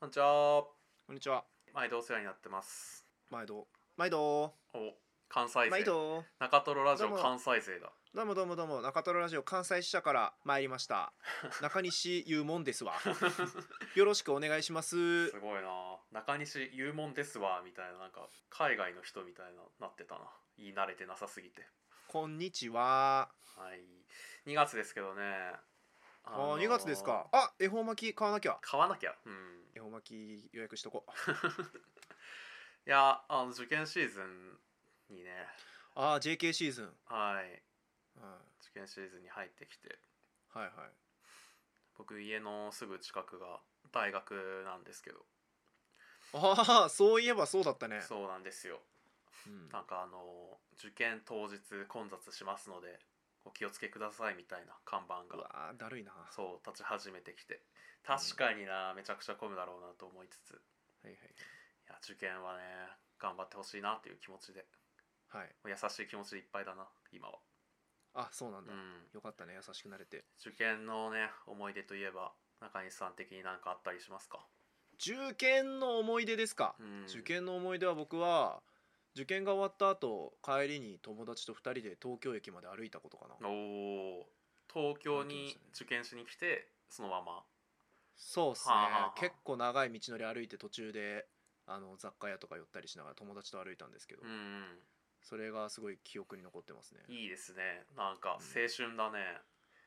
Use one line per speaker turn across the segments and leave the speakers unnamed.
こんにちは。
こんにちは。
毎度お世話になってます。
毎度。毎度。
お、関西
毎
勢。
度。
中トロラジオ
どうも
関西勢だ。
どうもどうもどうも、中トロラジオ関西支社から参り ました。中西ゆうもんですわ。よろしくお願いします。
すごいな。中西言うもんですわみたいななんか海外の人みたいななってたな。言い慣れてなさすぎて。
こんにちは。
はい。2月ですけどね。あ
あー、2月ですか。。あ、恵方巻き買わなきゃ。
買わなきゃ。うん。
恵方巻き予約しとこう。
いや、あの受験シーズンにね。
あー、JK シーズン。
はい。
うん、は
受験シーズンに入ってきて。
いはい。
僕家のすぐ近くが大学なんですけど。
ああ、そういえばそうだったね。
そうなんですよ。
うん
なんかあの受験当日混雑しますのでお気をつけくださいみたいな看板
う
が
わー、だるいな。は
そう立ち始めてきて確かになめちゃくちゃ混むだろうなと思いつつい
いはい
や受験はね頑張ってほしいなっていう気持ちで
はい。はい。
もう優しい気持ちでいっぱいだな今は、
あ、そうなん
うん
だ。、よかったね、優しくなれて。
受験のね思い出といえば中西さん的になんかあったりしますか、
受験の思い出ですか。
うん、
受験の思い出は僕は受験が終わった後帰りに友達と2人で東京駅まで歩いたことかな、
おお東京に受験しに来てそのまま
そうっすね
はあはあはあ
結構長い道のり歩いて途中であの雑貨屋とか寄ったりしながら友達と歩いたんですけど、
うん
それがすごい記憶に残ってますね
いいですねなんか青春だね、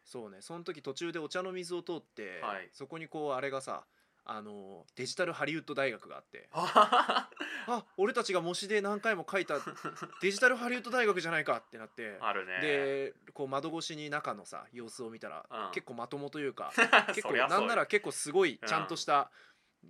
そうねその時途中でお茶の水を通って、
はい
そこにこうあれがさあのデジタルハリウッド大学があって
あ
あ俺たちが模試で何回も書いたデジタルハリウッド大学じゃないかってなって
るね
でこう窓越しに中のさ様子を見たら、
うん
結構まともとい うか結
そ
構
りゃそう
な
よ
んなら結構すごい
うん
ちゃんとした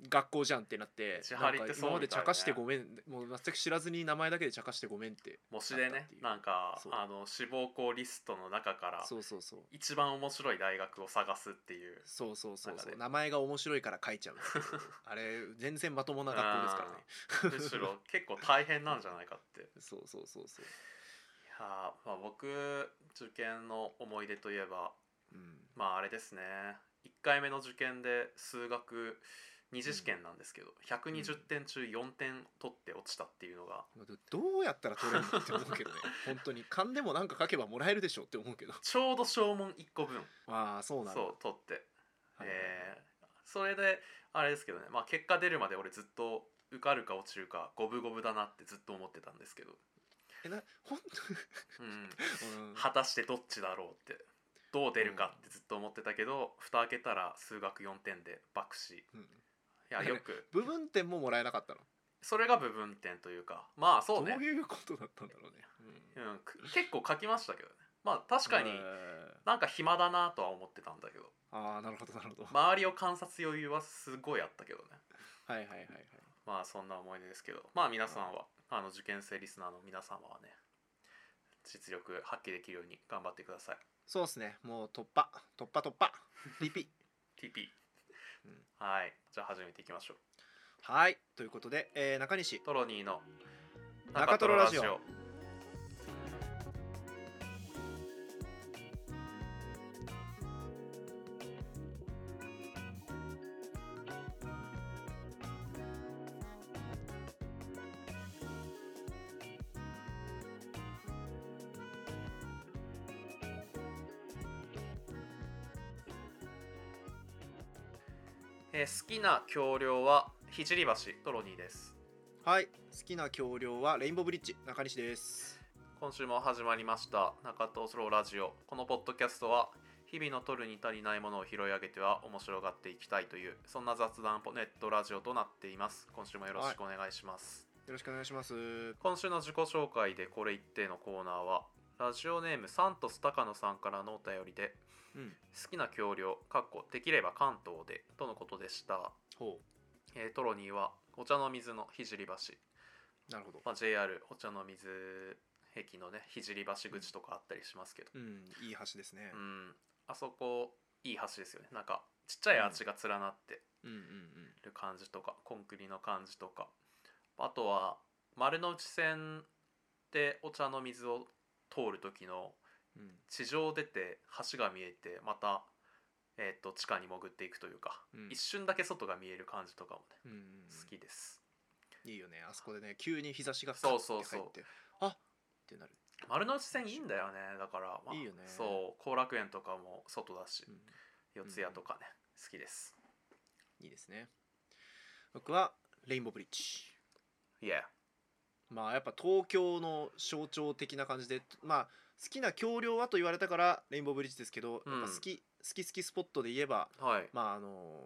学校じゃんってなって、
ちは
なん
りっ
か
てそう
今まで
みたいね
茶化してごめん、もう全く知らずに名前だけで茶化してごめんって
模試で
だった
ね
っていう
なんか
そう
あの志望校リストの中から
そうそうそう
一番面白い大学を探すっていう
そうそうそ
な
う
ん
そ
か
う、
ね
名前が面白いから書いちゃうっていう あれ全然まともな学校ですからね
むしろ結構大変なんじゃないかってい
そうそうそうそう
やー、まあ、僕受験の思い出といえば
うん
まああれですね1回目の受験で数学二次試験なんですけど、120点中4点取って落ちたっていうのが
どどうやったら取れるのって思う けどね本当に勘でもなんか書けばもらえるでしょって思うけど
ちょうど小問1個分
ああそうなんだ
そう取って
はいはいはい
えーそれであれですけどね、まあ、結果出るまで俺ずっと受かるか落ちるか五分五分だなってずっと思ってたんですけど、
えな本当に
うん、
うん
果たしてどっちだろうってどう出るかってずっと思ってたけど、蓋開けたら数学4点で爆死い
うん
やよく
部分点ももらえなかったの
それが部分点というかまあそうね
どういうことだったんだろうね、
う、ん、く結構書きましたけどねまあ確かに
えー
なんか暇だなとは思ってたんだけど
ああなるほどなるほど、
周りを観察余裕はすごいあったけどね
はいはいはいはい
まあそんな思い出ですけどまあ皆さんはあの受験生リスナーの皆様はね実力発揮できるように頑張ってください
そうですねもう突破突破突破リ ピ
TP、
うん
はいじゃあ始めていきましょう
はいということで、えー中西
トロニーの
中トロラジオ
中トえー好きな橋梁はひじり橋トロニーです
はい好きな橋梁はレインボーブリッジ中西です
今週も始まりました中藤スローラジオこのポッドキャストは日々の取るに足りないものを拾い上げては面白がっていきたいというそんな雑談ポネットラジオとなっています今週もよろしくお願いします、
よろしくお願いしますは
今週の自己紹介でこれ一定のコーナーはラジオネームサントス高野さんからのお便りで
うん
好きな橋梁かっこできれば関東でとのことでした、
ほ
えートロニーはお茶の水の聖橋
うなるほど
まあ、JR お茶の水駅のね聖橋口とかあったりしますけど、
うんいい橋ですね
う、ん、あそこいい橋ですよねなんかちっちゃいアーチが連なって
うん、うん
る感じとか、コンクリの感じとかあとは丸の内線でお茶の水を通る時の
うんうん
地上出て橋が見えてまたえーっと地下に潜っていくというか、
うん
一瞬だけ外が見える感じとかもね
うんうんうん
好きです
いいよねあそこでね急に日差しが
そうそう
カッて入ってあってなる、
丸の内線いいんだよねだから、
いいよね
そう後楽園とかも外だし
うん
四谷とかね、好きです
いいですね僕はレインボーブリッジ
いや
まあやっぱ東京の象徴的な感じでまあ好きな橋梁はと言われたからレインボーブリッジですけど、
うん
やっぱ好き好き好きスポットで言えば
はい
まああの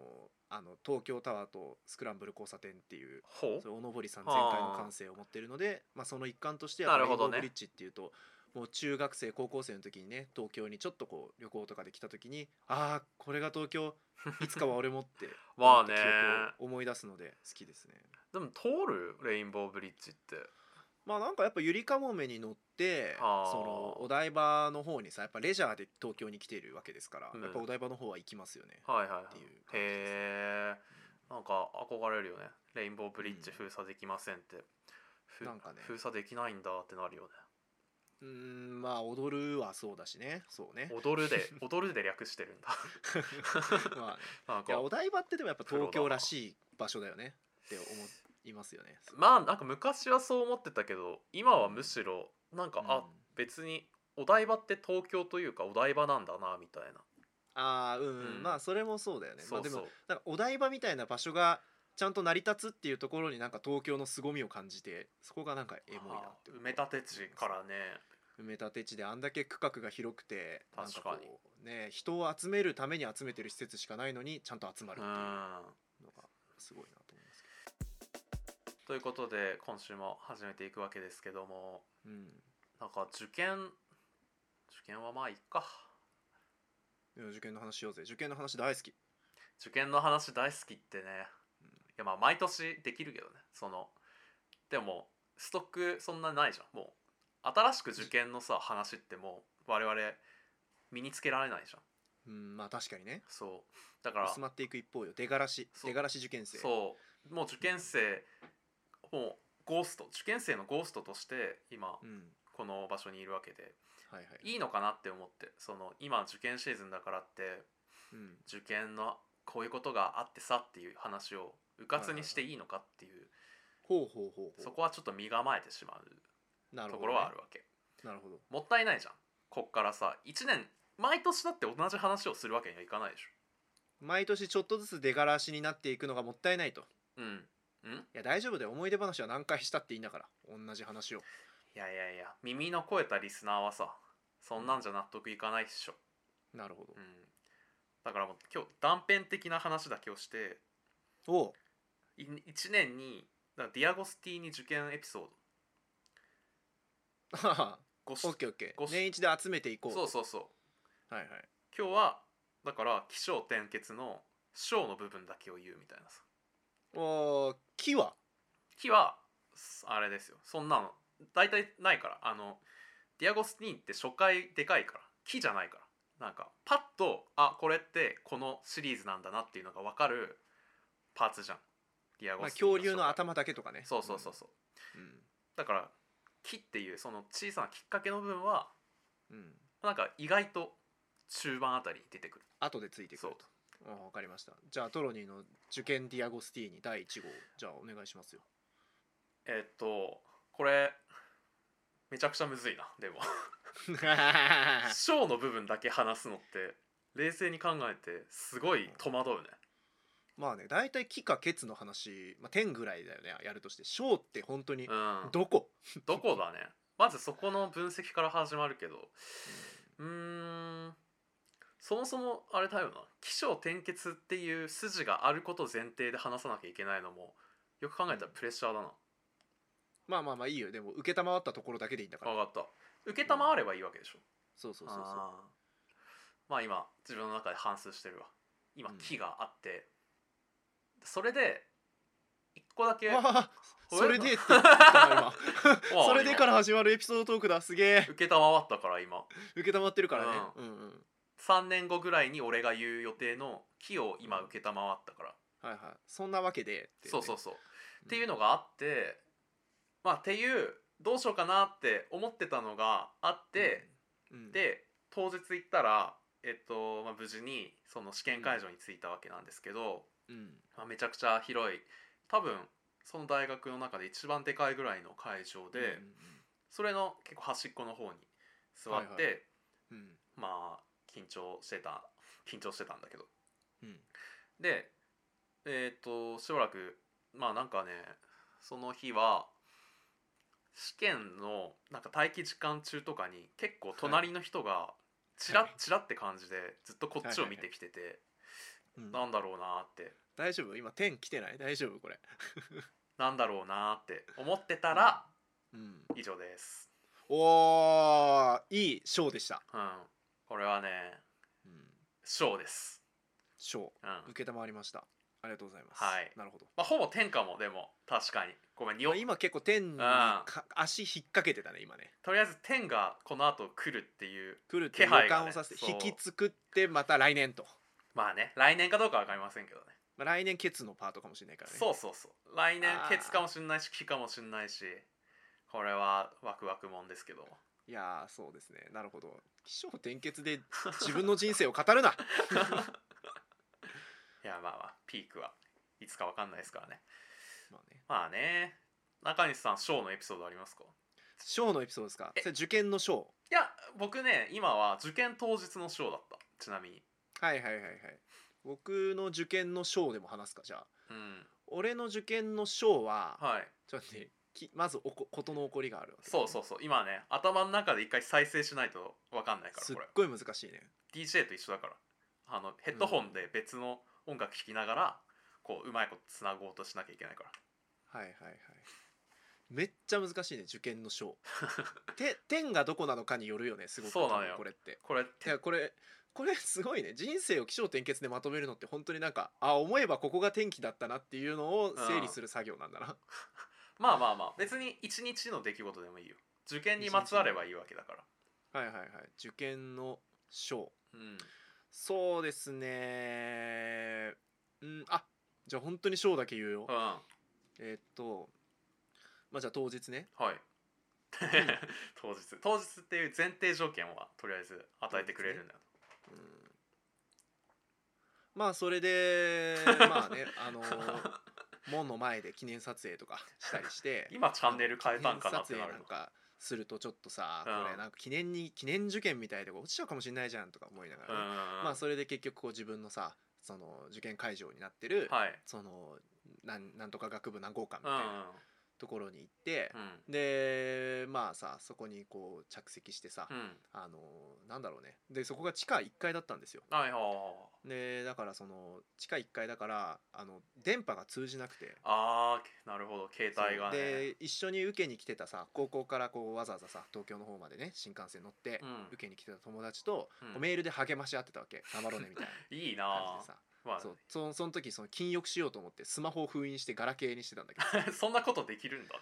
あの東京タワーとスクランブル交差点っていう
ほ
それおのぼりさん全開の感性を持っているのでまあ、その一環としては
なる
レイ
ほ
ンボ
ど
ー
ね
ブリッジっていうと、もう中学生高校生の時にね東京にちょっとこう旅行とかで来た時にああこれが東京いつかは俺もって
うまあね
思った記憶を思い出すので好きですね。
でも通るレインボーブリッジって
まあなんかやっぱゆりかもめに乗ってそ
あー
のお台場の方にさやっぱレジャーで東京に来てるわけですから、
うん
やっぱお台場の方は行きますよね。
はいはいはい
っていう感じですね
へえなんか憧れるよねレインボーブリッジ
うん
封鎖できませんって、ふ
なんかね
封鎖できないんだってなるよね
うーんまあ踊るはそうだしねそうね。
踊るで踊るで略してるんだ
まあね
なん
いや
か
お台場ってでもやっぱ
プロだ
東
な
京らしい場所だよねって思いますよね。
まあなんか昔はそう思ってたけど今はむしろなんか、
うん
あ別にお台場って東京というかお台場なんだなみたいな、
ああうん、うん
うん
まあそれもそうだよね。
そう
まあ、で
そ
も
う
なんかお台場みたいな場所がちゃんと成り立つっていうところになんか東京の凄みを感じてそこがなんかエモいな
あ
って
ー
思う
埋め立て地からね
埋め立て地であんだけ区画が広くてなん
確
こ
か
う
に
ね人を集めるために集めてる施設しかないのにちゃんと集まる
う
っていうんのがすごいなと思いますけ
ということで今週も始めていくわけですけども
ど、
なんか受験受験はまあいっか
うん、受験の話しようぜ受験の話大好き、
受験の話大好きってね
うん
いやまあ毎年できるけどねそのでもストックそんなないじゃんもう新しく受験のさ話ってもう我々身につけられないじゃん
うん、まあ確かにね
そうだから
薄まっていく一方よ出がらし
そう
出がらし受験生
そうもう受験生もうゴースト受験生のゴーストとして今
うん、
この場所にいるわけで
はいはい
いいのかなって思ってその今受験シーズンだからって
うん、
受験のこういうことがあってさっていう話をうかつにしていいのかっていう、
ほうほうほうほう
そこはちょっと身構えてしまう
なる
と
ほ
こ
ど、
ろ
ね、
はあるわけ、
なるほど
もったいないじゃんこっからさ1年毎年だって同じ話をするわけにはいかないでし
毎年ちょっとずつ出がらしになっていくのがもったいないと
ょうんうん
いや大丈夫だよ思い出話は何回したっていいんだから同じ話を
いやいやいや耳の肥えたリスナーはさそんなんじゃ納得いかないっしょ
なるほど
うんだからもう今日断片的な話だけをして
おう
1年にだからディアゴスティーニ受験エピソー
はは
ド
オ
5
ッケーオッケ
ご
ー
し
年一で集めていこう
そうそうそう
はいはい
今日はだから起承転結の章の部分だけを言うみたいなさ
おー木は
木はすあれですよそんなの大体ないからあのディアゴスティーンって初回でかいから木じゃないからなんかパッとあこれってこのシリーズなんだなっていうのが分かるパーツじゃんディア
ま
ゴ
あ、
スティーン
恐竜の
初回
頭だけとかね
そうそうそうそうだから木っていうその小さなきっかけの部分は
うん、うん、
なんか意外と中盤あたりに出てくる
後でついてく
そう
るとわかりましたじゃあトロニーの受験ディアゴスティーニ第1号じゃあお願いし ますよ
えーっとこれめちゃくちゃむずいなでも章の部分だけ話すのって冷静に考えてすごい戸惑うね
まあね大体木かケツの話、まあ、天ぐらいだよねやるとして小って本当に
うんど
どこ、
こだねまずそこの分析から始まるけどうーんそもそもあれだよな起承転結っていう筋があることを前提で話さなきゃいけないのもよく考えたらプレッシャーだな
まあまあまあいいよでも承ったところだけでいいんだから
分かった受けたまわればいいわけでしょ
そうそうそうそう
あーまあ今自分の中で反芻してるわ今
うん
木があって、それで一個だけ
あー
え
それでって言ったな今
わあ
それで
今
から始まるエピソードトークだすげえ
受けたまわったから今
受けたまってるからね、うんうん、
3年後ぐらいに俺が言う予定の木を今受けたまわったから、
はいはいそんなわけでってね、
そうそうそう、っていう
の
のがあってまあっていうどうしようかなって思ってたのがあって、
うん、
で当日行ったらえっとまあ、無事にその試験会場に着いたわけなんですけど、
うん
まあ、めちゃくちゃ広い多分その大学の中で一番でかいぐらいの会場で、それの結構端っこの方に座って、
はいはうんうん
まあ緊張してた緊張してたんだけど
うん
でえっ、としばらくまあなんかねその日は試験のなんか待機時間中とかに結構隣の人がチラッチラって感じでずっとこっちを見てきてて
うん
なんだろうなーって
大丈夫今天来てない大丈夫これ
なんだろうなーって思ってたら
うん
以上です
おーいいショーでした、
うんこれはね
うん、
ショーです
ショ
うん
ー承りましたありがとうございます
はい
なるほど
まあほぼ天下もでも確かにごめんにお
まあ今結構天に
ああ
か足引っ掛けてたね今ね
とりあえず天がこの後来るっていう
来るって
気
予
配がね
感をさせて
そう
引きつくってまた来年と、
まあね来年かどうかは分かりませんけどね
まあ、来年ケツのパートかもしれないからね
そうそうそう来年
あー
ケツかもしんないし木かもしんないしこれはワクワクもんですけども
いやーそうですねなるほど起承転結で自分の人生を語るな
いやまあまあピークはいつか分かんないですからね
まあね
まあね中西さんショーのエピソードありますか
ショーのエピソードですか
え
それ受験のショー
いや僕ね今は受験当日のショーだったちなみに
はいはいはいはい僕の受験のショーでも話すかじゃあ
うん
俺の受験のショーは、
はい
ちょっとねきまずおこ事の起こりがあるわけ、
そうそうそう今ね頭の中で一回再生しないと分かんないから
すっ
これ
ごい難しいね
DJ と一緒だからあのヘッドホンで別の音楽聴きながら、こううまいことつなごうとしなきゃいけないから
はいはいはいめっちゃ難しいね受験のショ ーて点がどこなのかによるよねすごく
そうなのよ
多分これって
これ
いやこれこれすごいね人生を起承転結でまとめるのって本当になんかあ思えばここが天気だったなっていうのを整理する作業なんだな、
まあまあまあ別に一日の出来事でもいいよ受験にまつわればいいわけだから
はいはいはい受験のショー
うん
そうですねうんあじゃあ本当にショーだけ言うよ
うんは
えーっとまあじゃあ当日ね
い 当日当日っていう前提条件はとりあえず与えてくれるんだよ、
うんまあそれでまあね あの門の前で記念撮影とかしたりして
今チャンネル変えたんかなって
記念
な
撮
る
影
の
なんかするとちょっとさ、
うん
これなんか記念に記念受験みたいで落ちちゃうかもしれないじゃんとか思いなが
う
らね、
ん
まあそれで結局こう自分のさその受験会場になってる、
はい
そのなんなんとか学部何号館み
う
た
ん
いなところに行って
う、ん
でまあさそこにこう着席してさ、
うん
あのなんだろうねでそこが地下1階だったんですよ
はいは
でだからその地下1階だからあの電波が通じなくて
ああーなるほど携帯がね
で一緒に受けに来てたさ高校からこうわざわざさ東京の方までね新幹線乗って
うん
受けに来てた友達と、
うん
こうメールで励まし合ってたわけ頑張ろうねみたい
いい
な感
な
じでさ
あまあ
そうそのその時その禁欲しようと思ってスマホを封印してガラケーにしてたんだ け
そんなことできるんだね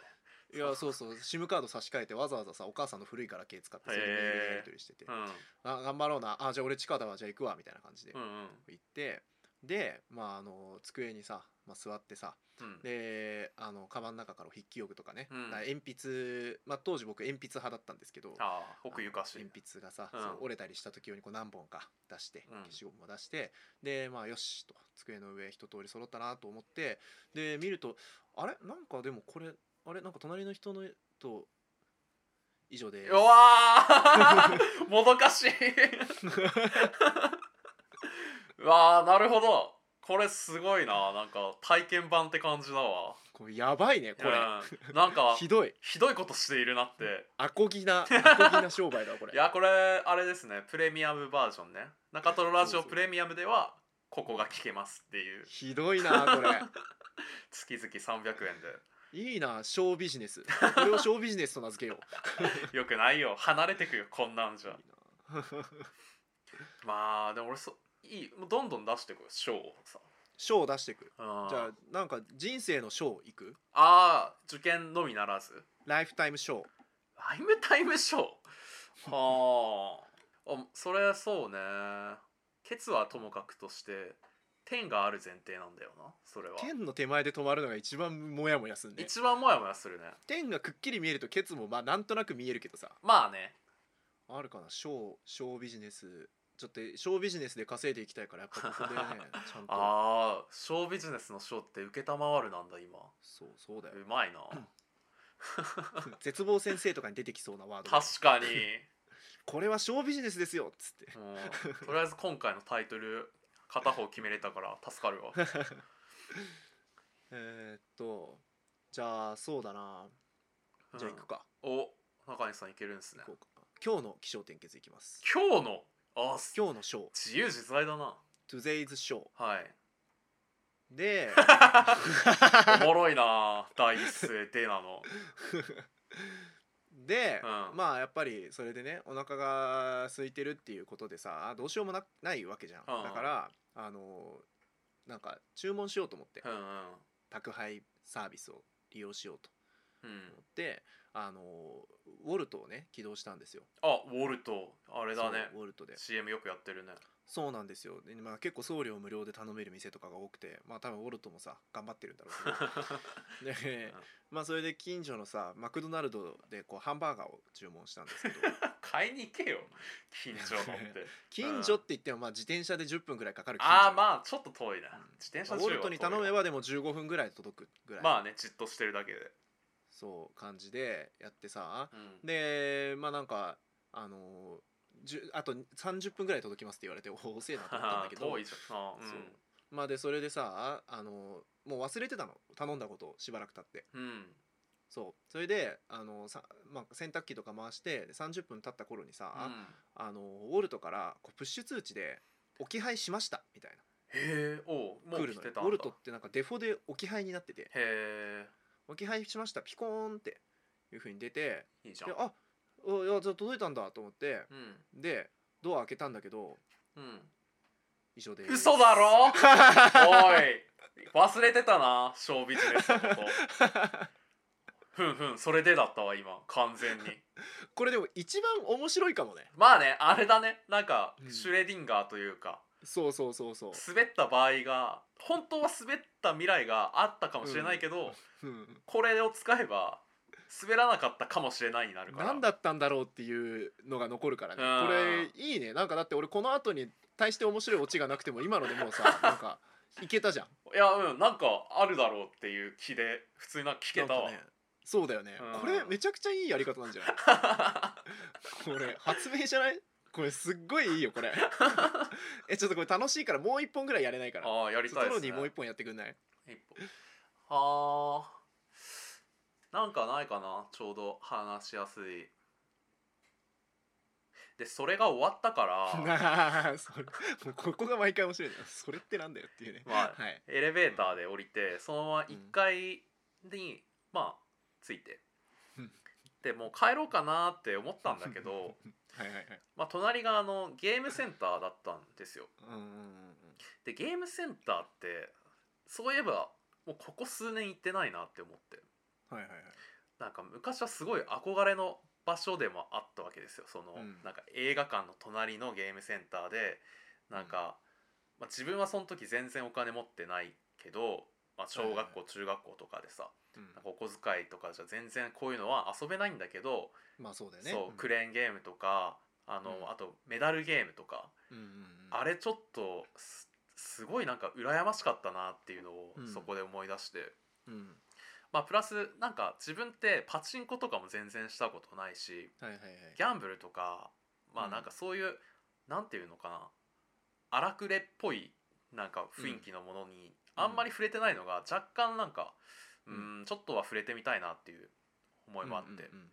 どいやそうそう SIM カード差し替えてわざわざさお母さんの古いガラケー使ってそれでメールでやり取りしてて
う
「
ん
あ頑張ろうなあじゃあ俺地下だわじゃあ行くわ」みたいな感じで
うんうん
行ってで、まあ、あの机にさ、まあ、座ってさ
うん
であのカバンの中から筆記用具とかね、
うん
だから鉛筆、まあ、当時僕鉛筆派だったんですけど
ああ奥ゆかしい
鉛筆がさ、
うん
そう折れたりした時用にこう何本か出して
うん
消しゴムも出して、でまあよしと机の上一通り揃ったなと思ってで見るとあれなんかでもこれあれなんか隣の人のと以上です
うわー もどかしい うわーなるほどこれすごいななんか体験版って感じだわ
これやばいねこれ、
うんなんか
ひどい
ひどいことしているなって
アコギ なアコギな商売だわこれ
いやこれあれですねプレミアムバージョンね中トロラジ
そ
オ
うそう
プレミアムではここが聞けますっていう
ひどいなこれ。
月々300円
いいな小ビジネスこれを小ビジネスと名付けよう
でよくないよ離れてくよこんなんじゃ
いいな
まあでも俺そいいもうどんどん出してくよ賞をさ
賞を出してく
じ
じゃ
ゃ
あなんか人生の賞いく
あー受験のみならず
ライフタイム賞
ライムタイムショーはああそれそうねケツはともかくとして天がある前提なんだよなそれは
天の手前で止まるのが一番モヤモヤすんで
一番モヤモヤするね
天がくっきり見えるとケツもまあなんとなく見えるけどさ
まあね
あるかな賞賞ビジネスちょっと小ビジネスで稼いでいきたいからやっぱここでねちゃんと
ああショービジネスのショーって承るなんだ今
そうそうだよ
うまいな
絶望先生とかに出てきそうなワード
確かに、
これは小ビジネスですよっつって
うん、とりあえず今回のタイトル片方決めれたから助かる わ
えーっとじゃあそうだなじゃあ行くか、
うんお中西さんいけるんですね
行こうか今日の起承転結いきます
今日のあす
今日のショー
自由自在だな
Today's Show
はい
で
おもろいな第一声でなの
で、
うん
まあやっぱりそれでねお腹が空いてるっていうことでさどうしようもなないわけじゃん、
うんうん
だからあのなんか注文しようと思って、
うんうん
宅配サービスを利用しようと
うん
思ってあのウォルトをね起動したんですよ
あウォルトあれだね
そうウォルトで
CM よくやって るね
そうなんですよで、まあ、結構送料無料で頼める店とかが多くてまあ多分ウォルトもさ頑張ってるんだろ うけどでまあそれで近所のさマクドナルドでこうハンバーガーを注文したんですけど
買いに行けよ近所 のって
近所って言ってもまあ自転車で10分ぐらいかかる近所
ああまあちょっと遠いな自転車
まあ
中
ウォ
は
ルトに頼めばでも15分ぐらいで届くぐらい、
まあねじっとしてるだけで
そう感じでやってさ
うん
でまあなんかあのーじゅあと30分ぐらい届きますって言われておお遅えなと思ったんだけど
遠いじゃんあー
そうまあでそれでさあのーもう忘れてたの頼んだことをしばらく経って
うんうん
そうそれであのーさ、まあ、洗濯機とか回してで30分経った頃にさ、
うん
あのーウォルトからこうプッシュ通知で「置き配しました」みたい
へえおう
な
も
来
う
る
来
の
て
よ
たん
ウ
だ
ォルトってなんかデフォで置き配になってて
へ
「置き配しましたピコーン」っていうふうに出て
えいいじゃん
であおいやじゃあ届いたんだと思って
うん
でドア開けたんだけど
うん
以上です
嘘だろおい忘れてたなショービジネスのことふんふんそれでだったわ今完全に
これでも一番面白いかもね
まあねあれだねなんか
うん
シュレディンガーというか、
そうそうそうそう、
滑った場合が本当は滑った未来があったかもしれないけど、
うん、
これを使えば滑らなかったかもしれないになるから
何だったんだろうっていうのが残るからね
うん
これいいねなんかだって俺この後に対して面白いオチがなくても今のでもうさなんかいけたじゃん
いやうんなんかあるだろうっていう気で普通になんか聞けた
な
わ、
んかねそうだよね
うん
これめちゃくちゃいいやり方なんじゃない これ発明じゃないこれすっごいいいよこ れえちょっとこれ楽しいからもう一本ぐらいやれないから
ああやり
ち
た
ょっ
い
とト
です
ロニ
ね
ーもう一本やってくんない
一歩あーなんかないかなちょうど話しやすいでそれが終わったから
なあそれもうここが毎回面白いなそれってなんだよっていうね
まあ
はい
エレベーターで降りてそのまま1階に、まあついて
うん
でもう帰ろうかなって思ったんだけ ど
はいはいはい
まあ隣があのゲームセンターだったんですよ
うんうん
でゲームセンターってそういえばもうここ数年行ってないなって思って
うんはいはいはい
なんか昔はすごい憧れの場所でもあったわけですよその、
うん
なんか映画館の隣のゲームセンターでなんか、まあ、自分はその時全然お金持ってないけど、まあ、小
はい
学
はいは
校中学校とかでさ
うん
なんかお小遣いとかじゃ全然こういうのは遊べないんだけど、
まあそうだよね
そうクレーンゲームとかあの、
うん
あとメダルゲームとか、
うんうんうん
あれちょっとすすごいなんか羨ましかったなっていうのを
うん
そこで思い出して、
うん
まあプラスなんか自分ってパチンコとかも全然したことないし
はいはいはい
ギャンブルとかま
う
あ
ん
なんかそういう、なんていうのかな荒くれっぽいなんか雰囲気のものに
うん
あんまり触れてないのが若干なんかう
うんん
ちょっとは触れてみたいなっていう思いもあって、
うん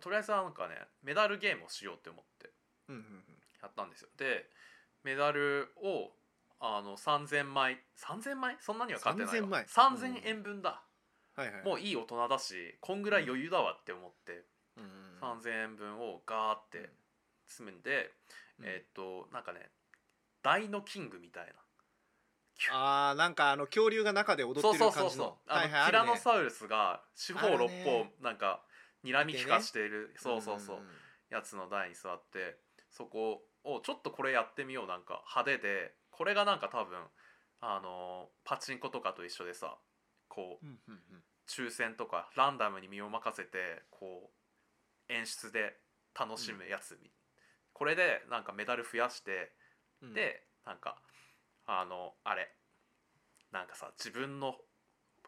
とりあえずなんかねメダルゲームをしようって思って
うんうんうんうん
やったんですよでメダルをあの3000枚3000枚そんなには買ってない
3000
わ
枚
3000円分だ、
はいはい
もういい大人だしこんぐらい余裕だわって思って、
うんうん
3000円分をガーっ
うん
て詰めんで、
うん
えーっとなんかね大のキングみたいな
あーなんかあの恐竜が中で踊ってる感じの
あの、
はいはいあ
ティ
るね
ラノサウルスが四方六
あ
方
るね
なんかにらみ利かしている、そうそうそう、
んんん
やつの台に座ってそこをちょっとこれやってみようなんか派手でこれがなんか多分あのーパチンコとかと一緒でさこう
うんうんうん
抽選とかランダムに身を任せてこう演出で楽しむやつみこれでなんかメダル増やして、
うん、
でなんかあのあれなんかさ自分の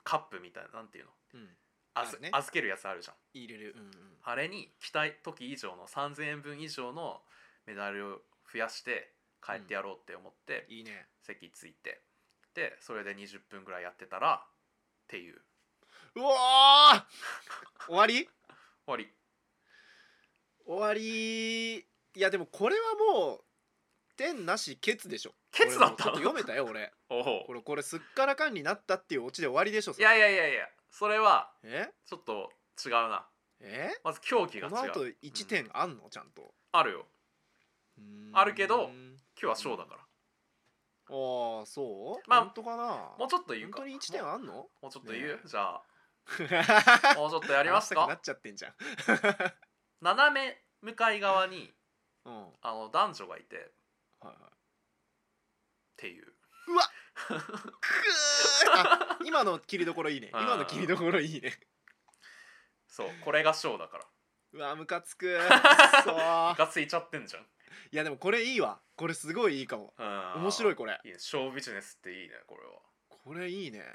カップみたいななんていうの
うん、
預
あるね
預けるやつあるじゃん
入れる、うんうん、
あれに着たい時以上の3,000円分以上のメダルを増やして帰ってやろうって思って、
いいね
席ついてでそれで20分ぐらいやってたらっていう
うわー終わり
終わり
終わりいやでもこれはもう天なしケツでしょ
ケツだった
俺もうちょっと読めたよ俺
お お
これこれすっからかんになったっていうオチで終わりでしょそ
い
れ
やいやいやいやそれは
え
ちょっと違うな
え
まず狂気が
この
違
後
う
1点あんのちゃんと
あるよ
うーん
あるけど今日はショーだから、
ああそう、
まあ
本当かな
もうちょっと言う
本
か
当に1点
もう
あんの
もうちょっと言う、
ねえ
じゃあ
あ
もうちょっとやります
なっ
か
ちゃってんじゃん、
斜め向かい側に
うんはい
あの男女がいてっ
はい、
ていう
くーあ今の切りどころいいね
あー
今の切りどころいいね
そうこれがショーだから
うわムカ つくそう
がついちゃってんじゃん
いやでもこれいいわこれすごいいいかも
うん
面白いこれ
いいねショービジネスっていいねこれは
これいいね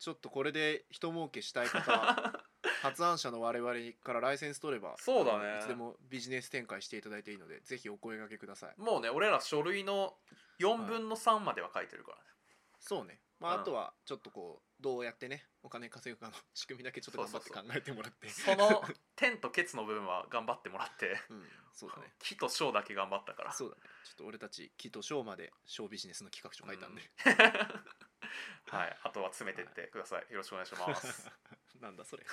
ちょっとこれで人儲けした い方発案者の我々からライセンス取れば
そうだね
あのいつでもビジネス展開していただいていいのでぜひお声掛けください
もうね俺ら書類の4分の3までは書いてるから、ね
そうねまあ、
うん
あとはちょっとこうどうやってねお金稼ぐかの仕組みだけちょっと頑張って
そうそ
考えてもらって
その天とケツの部分は頑張ってもらって
うんそ うだね
木と章だけ頑張ったから
そうだねちょっと俺たち木と翔まで小ビジネスの企画書書いたんで、
うんはいあとは詰めてってくださいよろしくお願いします
なんだそれ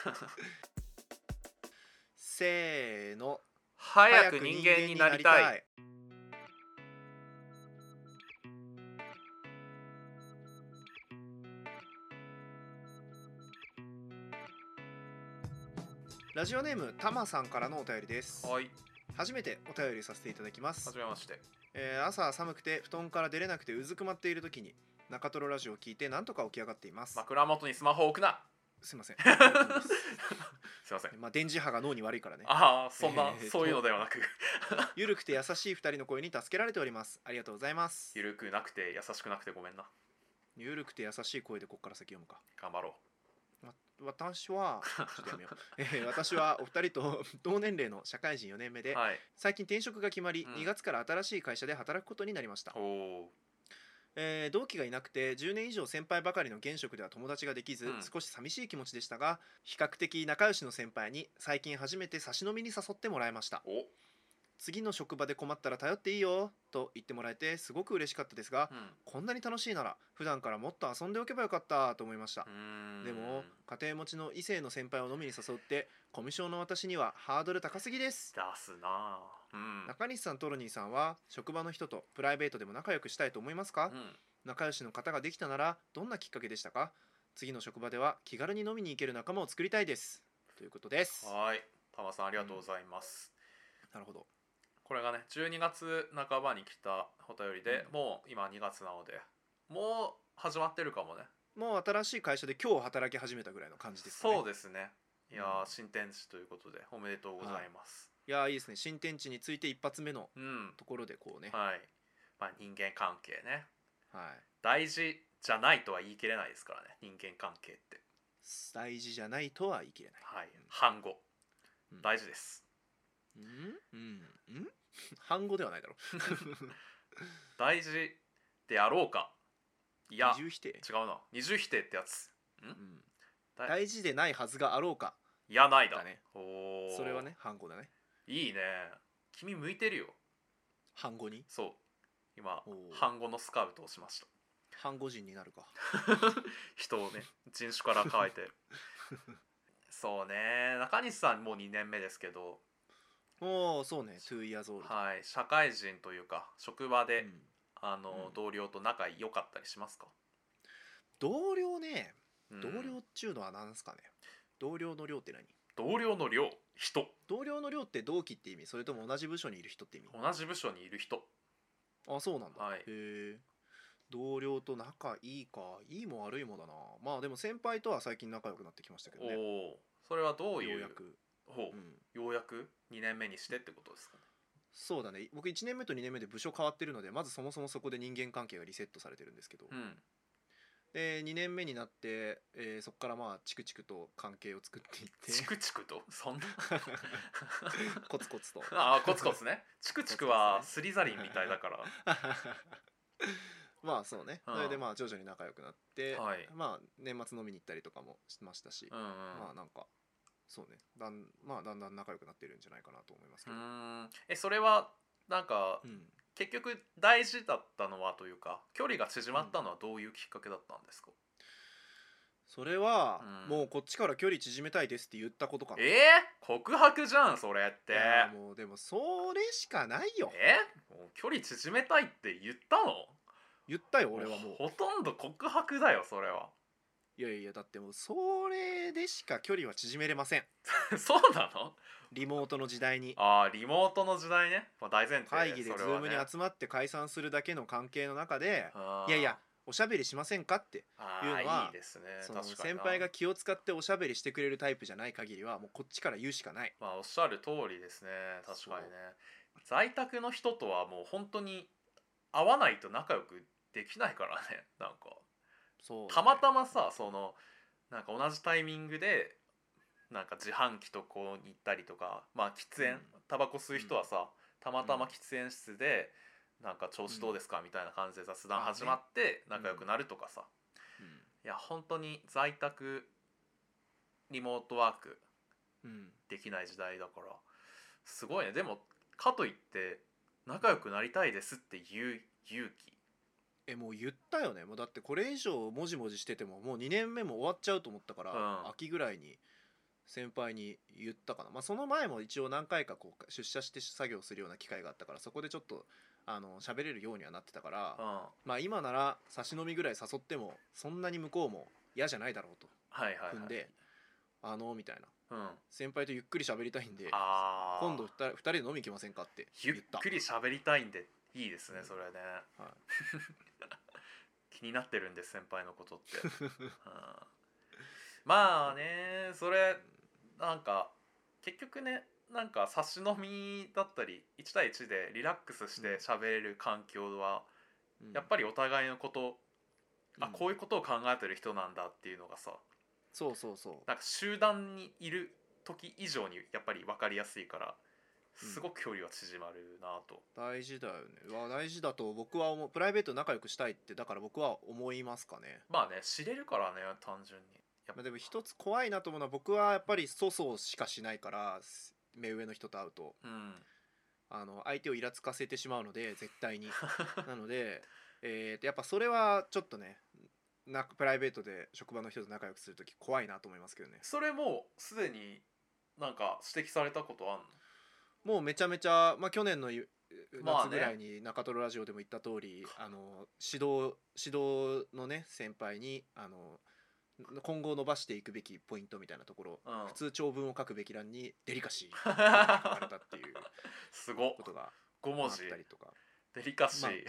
せーの
早く人間になりたい
いラジオネームたまさんからのお便りです
はい
初めてお便りさせていただきます
初めまして
えー朝寒くて布団から出れなくてうずくまっている時に中トロラジオを聞いてなんとか起き上がっています、
枕元にスマホ置くな
すいません
すいません
まあ電磁波が脳に悪いからね
ああそんな、
えー
そういうのではなく
ゆるくて優しい二人の声に助けられておりますありがとうございます
ゆるくなくて優しくなくてごめんな
ゆるくて優しい声でここから先読むか
頑張ろ
わ私はちょ っとやめよう、えー私はお二人と同年齢の社会人4年目
う
で
はい
最近転職が決まり
うん
2月から新しい会社で働くことになりました
お、お
えー同期がいなくて10年以上先輩ばかりの現職では友達ができず、
うん
少し寂しい気持ちでしたが比較的仲良しの先輩に最近初めて差し飲みに誘ってもらいました
お
次の職場で困ったら頼っていいよと言ってもらえてすごく嬉しかったですが、
うん
こんなに楽しいなら普段からもっと遊んでおけばよかったと思いました
う、ーん
でも家庭持ちの異性の先輩を飲みに誘うってコミュ障の私にはハードル高すぎです
出すなあうん
中西さんトロニーさんは職場の人とプライベートでも仲良くしたいと思いますか、
うん
仲良しの方ができたならどんなきっかけでしたか次の職場では気軽に飲みに行ける仲間を作りたいですということです
はいたまさんありがとうございます、
なるほど
これがね12月半ばに来たお便りで、
うん
もう今2月なのでもう始まってるかもね
もう新しい会社で今日働き始めたぐらいの感じですかね
そうですねいやー、
うん
新天地ということでおめでとうございます、
いやーいいですね新天地について一発目の
うん
ところでこうね
はいまあ人間関係ね
はい
大事じゃないとは言い切れないですからね人間関係って
大事じゃないとは言い切れない
はい反語
うん
大事です
うんうんん半語ではないだろ
大事であろうかいや
二重否定、
違うな二重否定ってやつ
うん
だ
大事でないはずがあろうか
いやないだ
だね
おー
それはね半語だね
いいね君向いてるよ
半語に
そう今
おー
半語のスカウトをしました
半語人になるか
人をね人種から変えてそうね中西さんもう2年目ですけど
おおそうね two years old
はい社会人というか職場で、
うん
あの、
うん
同僚と仲良かったりしますか、
同僚ね
うん
同僚っちゅうのは何すかね同僚の量って何
同僚の量人
同僚の量って同期って意味それとも同じ部署にいる人って意味
同じ部署にいる人
あそうなんだ、
はい
へえ同僚と仲いいかいいも悪いもだなまあでも先輩とは最近仲良くなってきましたけど
お
ねよ
おそれはどう
う
いう
やく、
ほ
う、
うんようやく2年目にしてってことですかね
そうだね僕1年目と2年目で部署変わってるのでまずそもそもそこで人間関係がリセットされてるんですけど、
うん
で2年目になって、えーそこからまあチクチクと関係を作っていって
チクチクとそんな
コツコツと
ああコツコツねチクチクはスリザリンみたいだ から
まあそうね、
うん
それでまあ徐々に仲良くなって、
はい
まあ年末飲みに行ったりとかもしましたし、
うんうん、
まあなんかそうねだん,、まあ、だんだん仲良くなってるんじゃないかなと思いますけ
う
ど、
ーんえそれはなんか
うん
結局大事だったのはというか距離が縮まったのはどういうきっかけだったんですか、
それは、
うん
もうこっちから距離縮めたいですって言ったことかな
ええ告白じゃんそれって
いやもうでもそれしかないよ
えもう距離縮めたいって言ったの
言ったよ俺はもう
ほとんど告白だよそれは
いやいやだってもうそれでしか距離は縮めれません
そうなの
リモートの時代に
ああリモートの時代ね、まあ、大前提
会議で
そ
ズ
れは
ーム
ね
に集まって解散するだけの関係の中で
あー
いやいやおしゃべりしませんかって
あ
いうのは
ーいいですね
その
確かに
先
な
輩が気を使っておしゃべりしてくれるタイプじゃない限りはもうこっちから言うしかない
まあおっしゃる通りですね確かにね在宅の人とはもう本当に会わないと仲良くできないからねなんか
そう
たまたまさそのなんか同じタイミングでなんか自販機とこうに行ったりとかまあ喫
う
煙
ん
タバコ吸う人はさたまたま喫煙室でなんか調子どうですかみたいな感じで雑談
あね
始まって仲良くなるとかさいや本当に在宅リモートワーク
うん、うん
できない時代だからすごいねでもかといって仲良くなりたいですっていう勇気
えもう言ったよねもうだってこれ以上もじもじしててももう2年目も終わっちゃうと思ったから、
うん
秋ぐらいに先輩に言ったかな、まあ、その前も一応何回かこう出社して作業するような機会があったからそこでちょっとあの喋れるようにはなってたから、
うんは
まあ今なら差し飲みぐらい誘ってもそんなに向こうも嫌じゃないだろう
いはい、は
と
い、
踏んで、あのみたいな
うん、
先輩とゆっくり喋りたいんで
あー
今度2人で飲み行きませんかって
ゆ
言っ
ったくり喋りたいんでいいですね
うん
それね、
はい
気になってるんです先輩のこと って、うんまあねそれなんか結局ねなんか差し飲みだったり1対1でリラックスして喋れる環境は、やっぱりお互いのことあこ
いう
いうことを考えてる人なんだっていうのがさ
そうそうそう
なんか集団にいる時以上にやっぱり分かりやすいからすごく距離は縮まるなと、
大事だよねうわ大事だと僕は思うプライベート仲良くしたいってだから僕は思いますかね
まあね知れるからね単純にやっ
ま
ぱ
あでも一つ怖いなと思うのは僕はやっぱり粗相しかしないから目上の人と会うと
うん
あの相手をイラつかせてしまうので絶対になので、えーとやっぱそれはちょっとねなプライベートで職場の人と仲良くする時怖いなと思いますけどね
それもうすでになんか指摘されたことあんの
もうめちゃめちゃ、まあ、去年のゆ
まあ
夏
ね
ぐらいに中トロラジオでも言った通り、あの指導指導のね先輩にあの今後伸ばしていくべきポイントみたいなところ、
うん
普通長文を書くべき欄に「デリカシー」書かれたっ ていう
すご
ことが
5
あ
文
っ
字
たりとか
デリカシー、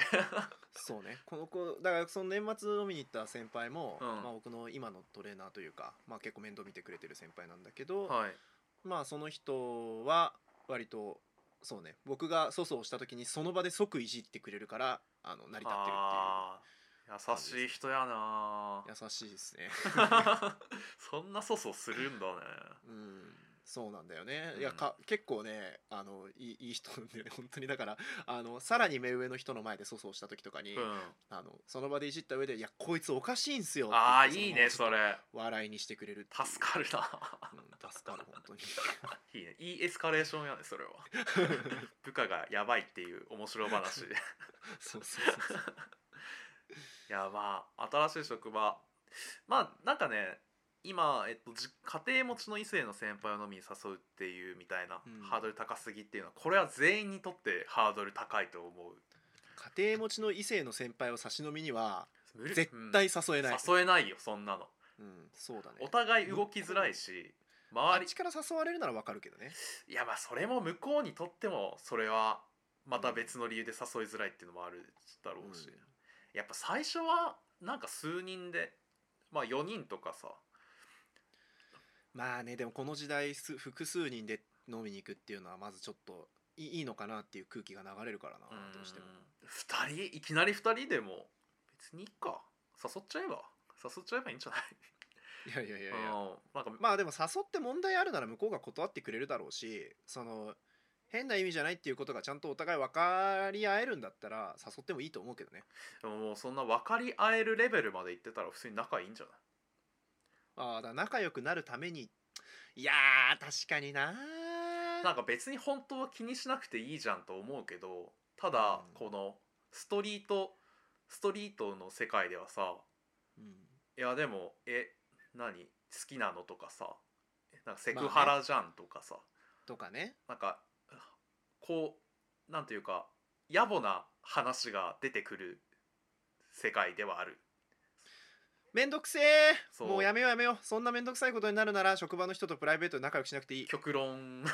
そうねこの子だからその年末飲みに行った先輩も、
うん
まあ、僕の今のトレーナーというか、まあ、結構面倒見てくれてる先輩なんだけど、
はい
まあその人は割とそうね僕が粗相した時にその場で即いじってくれるからあの成り立ってる
あー優しい人やな
っていう優しいですね
そんな粗相するんだね
うんそうなんだよね、
うん
いやか結構ねあのいいいい人なんで 本当にだからあのさらに目上の人の前で粗相した時とかに、
うん
あのその場でいじった上で「いやこいつおかしいんすよ」
ああ
って
いい
言っ
ね
て
それ
のまま笑いにしてくれるっていう
助かるな
うん助かる本当に
いいねいいエスカレーションやねそれは部下がやばいっていう面白話い
そうそうそうそう
やまあ新しい職場まあなんかね今、えっと、じ家庭持ちの異性の先輩を飲みに誘うっていうみたいな、
うん
ハードル高すぎっていうのはこれは全員にとってハードル高いと思う
家庭持ちの異性の先輩を差し飲みには
無理
絶対誘え
うん
ない、
誘えないよそんなの
うん、そうだね
お互い動きづらいし
あ
周
っちから誘われるならわかるけどね
りいやまあそれも向こうにとってもそれはまた別の理由で誘いづらいっていうのもあるだろうし、
うん
やっぱ最初はなんか数人でまあ4人とかさ
まあねでもこの時代す複数人で飲みに行くっていうのはまずちょっといいいのかなっていう空気が流れるからな
うん
どうしても
2人いきなり2人でも別にいっか誘っちゃえば誘っちゃえばいいんじゃない
いやいやいやいや
うんなんか
まあでも誘って問題あるなら向こうが断ってくれるだろうしその変な意味じゃないっていうことがちゃんとお互い分かり合えるんだったら誘ってもいいと思うけどね
でももうそんな分かり合えるレベルまで行ってたら普通に仲いいんじゃない
ああだから仲良くなるためにいやー確かになー
なんか別に本当は気にしなくていいじゃんと思うけどただ
うん
このストリートストリートの世界ではさ
うん
いやでもえ何好きなのとかさなんかセクハラじゃんとかさ、
とかね
なんかこうなんていうか野暮な話が出てくる世界ではある
めんどくせ
そ
え
う
もうやめようやめようそんなめんどくさいことになるなら職場の人とプライベートで仲良くしなくていい
極論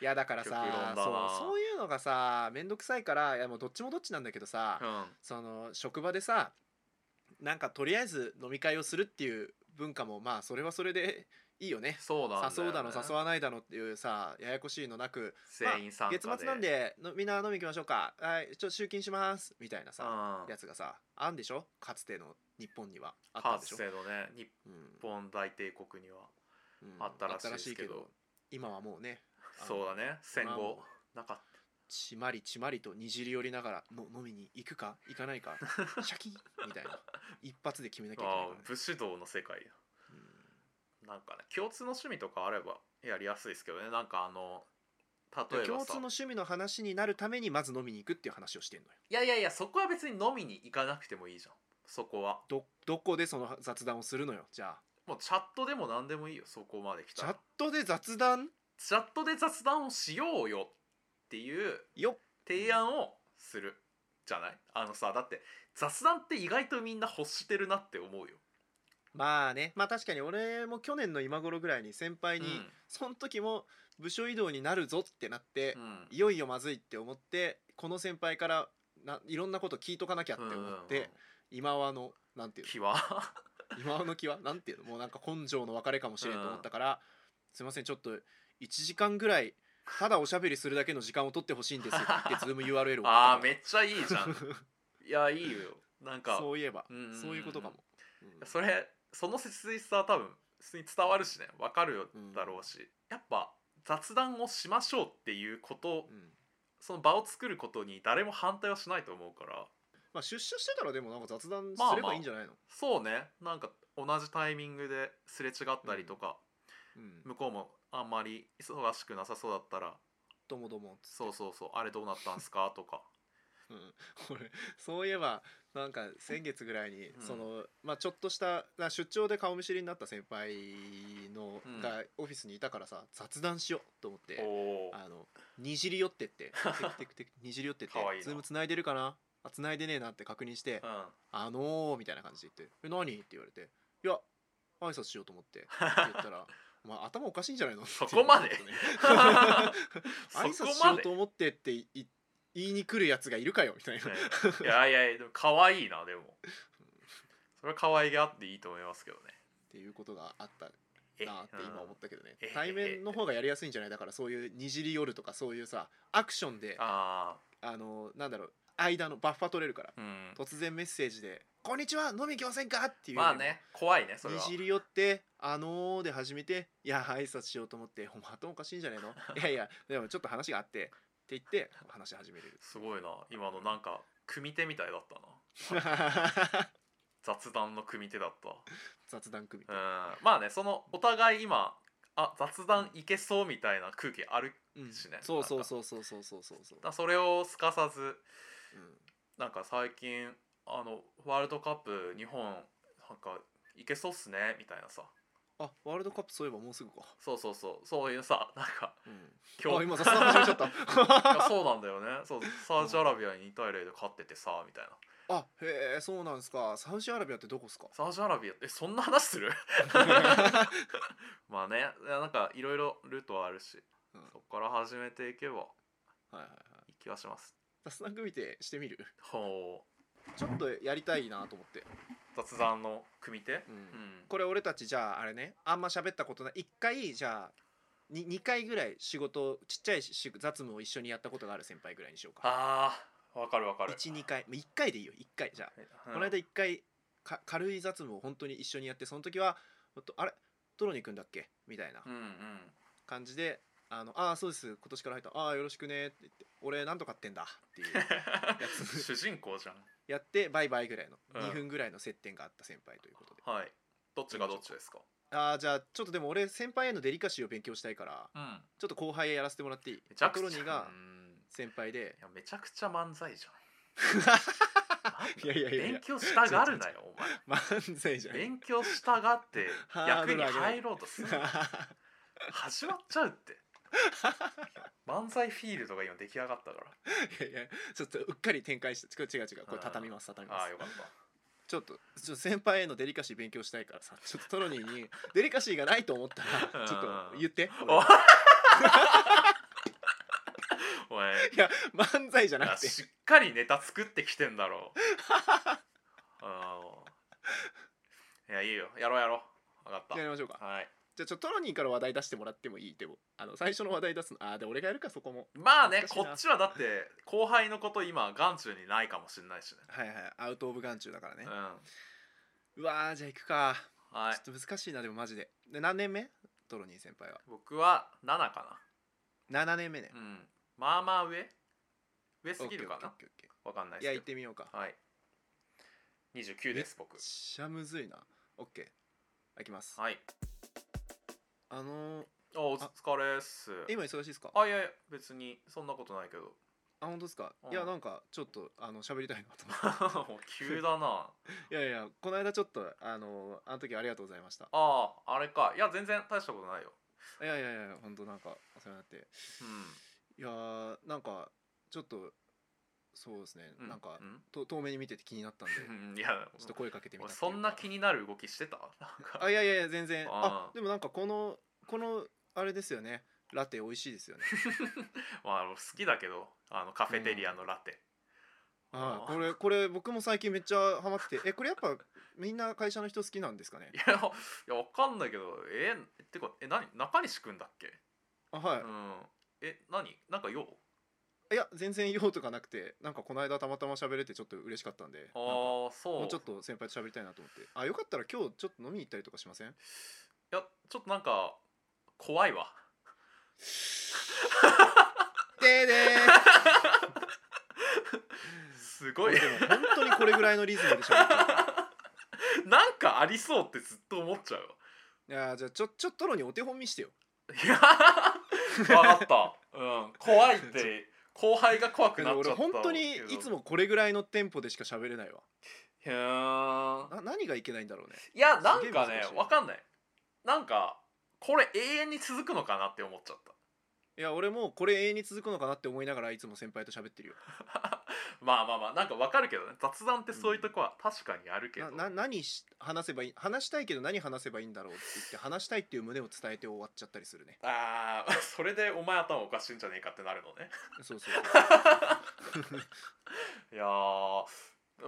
いやだから
極論
さ
だ
そう
な
そういうのがさめんどくさいからいやもうどっちもどっちなんだけどさ、
うん
その職場でさなんかとりあえず飲み会をするっていう文化もまあそれはそれで いいよね
そうなんだよ、ね、
誘うだの誘わないだのっていうさややこしいのなく
全員参加で、
月末なんでのみんな飲み行きましょうかはいちょっと集金しますみたいなさ
うん
やつがさあんでしょかつての日本にはあった
か
んでし
つ
ょ
て、のね日
うん
本大帝国には
うん
あったらしいですけど
あったら今はもうねあの
そうだね戦
まあ
後
も
なかっ
ちまりちまりとにじり寄りながらの飲みに行くか行かな いかシャキンみたいな一発で決めなき
た
ゃいけ
あ
ないからね
あ武士道の世界だ
うん
なんかね共通の趣味とかあればやりやすいですけどねなんかあの例えば
共
さ
通の趣味の話になるためにまず飲みに行くっていう話をしてんのよ
いやいやいやそこは別に飲みに行かなくてもいいじゃんそこは
どどこでその雑談をするのよじゃあ
もうチャットでも何でもいいよそこまで来
チ
た
ャ
ら
ットで雑談
チャットで雑談をしようよっていう
よ
提案をするじゃないあのさだって雑談って意外とみんな欲してるなって思うよ、
まあねまあ確かに俺も去年の今頃ぐらいに先輩に、
うん
その時も部署移動になるぞってなって
う、ん
いよいよまずいって思ってこの先輩からないろんなこと聞いとかなきゃって思って、今はのなんていうの
気 は
今の気はなんていうのもうなんか根性の別れかもしれんと思ったから、すいませんちょっと1時間ぐらいただおしゃべりするだけの時間を取ってほしい んですって言って ZoomURL を送った
あーめ
っ
っちゃいいじゃ んいやいいよなんか
そういえば、
うんうんうん
そういうことかも、うん
それその切実さは多分普通に伝わるしねわかるだろうし、やっぱ雑談をしましょうっていうこと、
うん
その場を作ることに誰も反対はしないと思うから
まあ、出社してたらでもなんか雑談
まあ
すればいいんじゃないの、
そうねなんか同じタイミングですれ違ったりとか、
うん
向こうもあんまり忙しくなさそうだったら
どうもどうもっつって
そうそうそうあれどうなったんすかと か
うん、俺そういえばなんか先月ぐらいに、
うん
そのまあちょっとしたな出張で顔見知りになった先輩の、
うん
がオフィスにいたからさ雑談しようと思って
おお
あのにじり寄ってってテクテ クテクにじり寄ってって
かわいいな
ズーム繋いでるかなあ繋いでねえなって確認して
うん
「あのー」みたいな感じで言って「え何?」って言われて「いや挨拶しようと 思って」って言ったら「お前頭おかしいんじゃないの?」
そこまで
って言われ
そ
たね挨拶
こ
しよ
ま
う
で
と思ってってい言いに来るやつがいるかよみたいな。
いやいやいやでも可愛いなでもそれは可愛げあっていいと思いますけどね
っていうことがあった
え
なって今
うん
思ったけどね
ええ
対面の方がやりやすいんじゃないだからそういうにじり寄るとかそういうさアクションであ
あ
のなんだろう間のバッファ取れるから
あうん
突然メッセージで「こんにちは飲み行きませんか?」っていうよりも
まあね怖いねそれ
に
は
じり寄って「あのー」で始めて「いや挨拶しようと思ってお前頭おかしいんじゃねえのいやいやでもちょっと話があって」って言って話し始め る
すごいな今のなんか組手みたいだったな雑談の組手だった
雑談組
うんまあねそのお互い今あ雑談いけそうみたいな空気ある
うん
しね
そうそうそうそうそうそうそうそう
だからそれをすかさず
うん
なんか最近あのワールドカップ日本なんかいけそうっすねみたいなさ
あワールドカップそういえばもうすぐか
そうそうそうそういうさなんか
うん
今
あ
日
今雑談始めちゃった
いやそうなんだよねそうサウジアラビアに2対0で勝っててさみたいな
あへえそうなんですかサウジアラビアってど こですか
サウジアラビアってそんな話する まあねいやなんかいろいろルートはあるし、
うん
そこから始めていけば
はいはいはい
いい気がします
雑談組手してみる
ほう
ちょっとやりたいなと思って、
雑談の組手
うん
うん
これ俺たちじゃああれねあんま喋ったことない一回じゃあに2回ぐらい仕事ちっちゃいし雑務を一緒にやったことがある先輩ぐらいにしようか
あーわかるわかる
12回1回でいいよ1回じゃあ、
うん
この間1回か軽い雑務を本当に一緒にやってその時はほんとあれトロに行くんだっけみたいな
うんうん
感じで「あのあーそうです今年から入ったああーよろしくね」って言って「俺なんとかってんだ」っていう つ
主人公じゃん
やってバイバイぐらいの
うん
2分ぐらいの接点があった先輩ということで、
はいどっちがどっちですか
ああじゃあちょっとでも俺先輩へのデリカシーを勉強したいから
うん
ちょっと後輩やらせてもらっていい
めちゃく
トロ
ち
ニー
ゃ
が
うん
先輩で
いやめちゃくちゃ漫才じゃん
いやいやいやいや
勉強したがるなよお前
漫才じゃん
勉強したがって
ハー
役
ドル
に
上げ ない
入ろうとする始まっちゃうって漫才フィールドが今出来上がった か
いやいやちょっとうっかり展開して違う違う違うこ
う
れ
ん
畳みます畳み
ら
ま
あ
す
あよかっ
ちょっとちょっと先輩へのデリカシー勉強したいからさちょっとトロニー にデリカシーがないと思った
う
ら
ん
ちょっと言って
た
俺
おおい
いや漫才じゃなくて
しっかりネタ作ってきてんだ ろうあーいやいいよやろうやろう分か
や
っ
りましょうか
たはい
じゃあちょっとトロニーから話題出してもらってもいいでもあの最初の話題出すのああで俺がやるかそこも
まあね
懐かしい
こっち
な
はだって後輩のこと今眼中にないかもしれないしね
はいはいアウト・オブ・眼中だからね
うん、
うわーじゃあ行くか
は
ち
い
ょっと難しいなでもマジでで何年目トロニー先輩は
僕は7か
7年目ね
なうんまあまあ上上すぎるか
オッ
な
ケーオッケーオッケー
わかんない
いや
です
行
け
ってみようか
どはい29です僕
めっちゃむずいなオッケーあいきます
はい
あのー、
あお疲れっす
今忙しいですか
あいやいや別にそんなことないけど
あ本当ですか
うん
いやなんかちょっとあの喋りたいなと思っ
もう急だな
ていやいやこの間ちょっとあのあの時ありがとうございました
あああれかいや全然大したことないよ
いやいやいや本当なんかお世話になって
う
いやーなんかちょっとそうですね、
ん
なんか
う、
と遠目に見てて気になったんで
いや
ちょっと声かけてみた
俺
ってい
そ
うか
んな気になる動きしてたなんか
あいやいやいや全然あ
あー
でもなんかこのこのあれですよねラテ美味しいですよね
まあ俺好きだけどあのカフェテリアのラテ、
あ
あー
ーこれこれ僕も最近めっちゃハマっててえこれやっぱみんな会社の人好きなんですかね
いやいやわかんないけどえってかえ何中西くんだっけ
あはい、
うんえ何なんか用
いや全然用とかなくてなんかこの間たまたま喋れてちょっと嬉しかったんでなんか
ああそう
もうちょっと先輩と喋りたいなと思ってあよかったら今日ちょっと飲みに行ったりとかしません
いやちょっとなんか怖いわ
でで
す
ー
ご
ん
い
でも本当にこれぐらいのリズムで喋っちゃ う
なんかありそうってずっと思っちゃうわ
いやーじゃあちょちょっとトロにお手本見してよ
いや分 かった、うん、怖いって後輩が怖くなっち
俺
ゃった
本当にいつもこれぐらいのテンポでしか喋れないわ
へー
な何がいけないんだろうね
いやな
す
ん
げえ
か
難
ね
しい
わかんないなんかこれ永遠に続くのかなって思っちゃっ
いや俺もうこれ永遠に続くのかなって思いながらいつも先輩と喋ってるよ
たまあまあまあなんかわかるけどね雑談ってそういうとこは確かにあるけど、
なな何し話せばいい話したいけど何話せばいいんだろうって言って話したいっていう胸を伝えて終わっちゃったりす るね
あーそれでお前頭おかしいんじゃねえかってなるのね
そうそうそう
いやー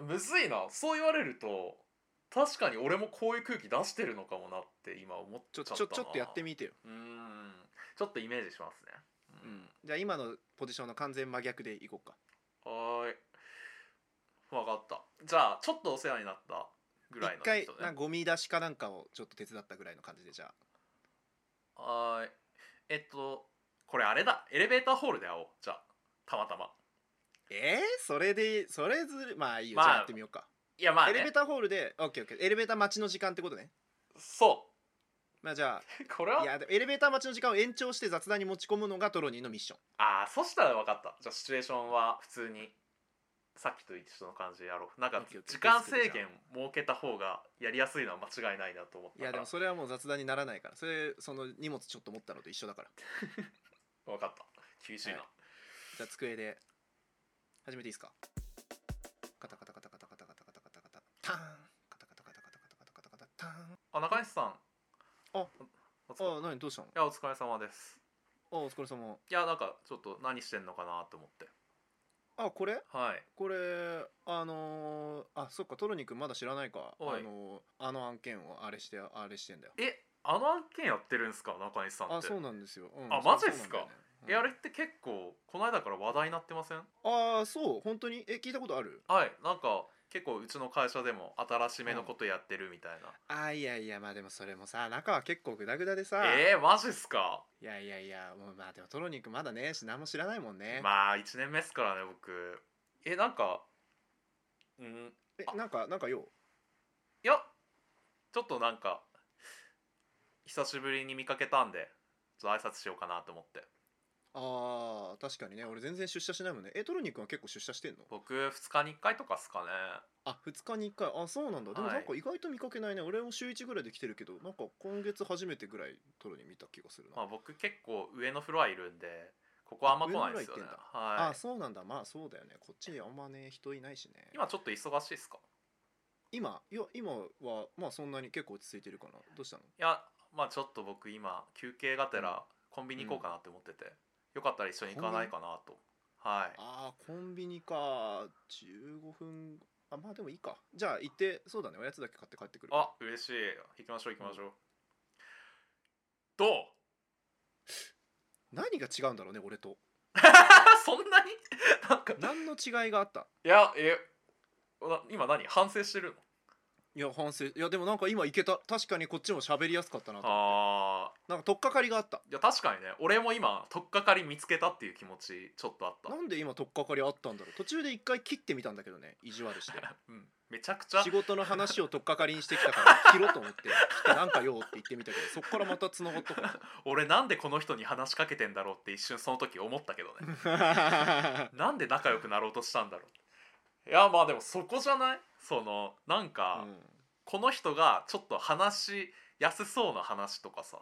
むずいなそう言われると確かに俺もこういう空気出してるのかもなって今思っち
ち
ゃ
ょ
ったな
ちょちょっとやってみてよ、
うーんちょっとイメージしますね
じゃあ今のポジションの完全真逆でいこうか
うんはーい分かったじゃあちょっとお世話になったぐらいの
一回なんかゴミ出しかなんかをちょっと手伝ったぐらいの感じでじゃあ
はーいえっとこれあれだエレベーターホールで会おうじゃあたまたま
えー、それでそれずるまあいいよ、
まあ
じゃあやってみようか、
いやまあ
エレベ
ね
ーターホールでオッケーオッケーエレベーター待ちの時間ってことね
そ
まあじゃ
う これ
あ
はい
やでもエレベーター待ちの時間を延長して雑談に持ち込むのがトロニーのミッション
ああそしたら分かったじゃあシチュエーションは普通にさっきと一緒の感じでやろうなん
オ
か
ッケーオッケー
時間制限設けた方がやりやすいのは間違いないなと思った
い
から
やでもそれはもう雑談にならないからそれその荷物ちょっと持ったのと一緒だから
分かった厳しいな、
はいじゃあ机で始めていいですかカタカタカタカタカタカタカタカタカタターンカタカタカタカタカタカタカタカタターン
あ中西さん
あ
お疲れい
あ何どうしたの
やお疲れ様です
あお疲れ様
いやなんかちょっと何してんのかなと思って
あこれ
はい
これあのーあそっかトロニー君まだ知らないかあ
はい
のーあの案件をあれしてあれしてんだよ
えあの案件やってるんですか中西さんって
あそうなんですよ、うん
あ
そう
マジっすか
そうなんだよねうん
えあれって結構この間から話題になってません
ああそう本当にえ聞いたことある
はいなんか結構うちの会社でも新しめのことやってるみたいな、
あいやいやまあでもそれもさ中は結構グダグダでさ、
えー、マジっすか
いやいやいやもうまあでもトロニックまだねし何も知らないもんね、
まあ1年目っすからね僕えなんかうん
え
あ
なんかなんかよ
いやちょっとなんか久しぶりに見かけたんでちょっと挨拶しようかなと思って
あー確かにね俺全然出社しないもんねえトロニックは結構出社してんの
僕2日に1回とかっすかね
あ2日に1回あそうなんだでも
はい
なんか意外と見かけないね、俺も週1ぐらいで来てるけどなんか今月初めてぐらいトロに見た気がするな、
まあ僕結構上のフロアいるんでここあんま来ないんですよね
あ上のフあ
は
あ
い
そうなんだまあそうだよねこっちにあんまね人いないしね
今ちょっと忙しいっすか
今いや今はまあそんなに結構落ち着いてるかなどうしたの
いやまあちょっと僕今休憩がてらコンビニ行こうかなって思ってて、よかったら一緒に行かないかなとはい
あーコンビニか15分あまあでもいいかじゃあ行ってそうだねおやつだけ買って帰ってくる
あ嬉しい行きましょう行きましょう、どう
何が違うんだろうね俺と
そんなに なんか
何の違いがあった
いやえな今何反省してるの
いや反省いやでもなんか今いけた確かにこっちも喋りやすかったなと思って
ああ
なんか取っかかりがあった
いや確かにね俺も今取っかかり見つけたっていう気持ちちょっとあった
なんで今取っかかりあったんだろう途中で一回切ってみたんだけどね意地 悪して
うんめちゃくちゃ
仕事の話を取っかかりにしてきたから 切ろうと思って切ってなんかよって言ってみたけどそっからまた繋がった か
俺なんでこの人に話しかけてんだろうって一瞬その時思ったけどね
ら
なんで仲良くなろうとしたんだろういやまあでもそこじゃないそのなんか、
うん
この人がちょっと話しやすそうな話とかさ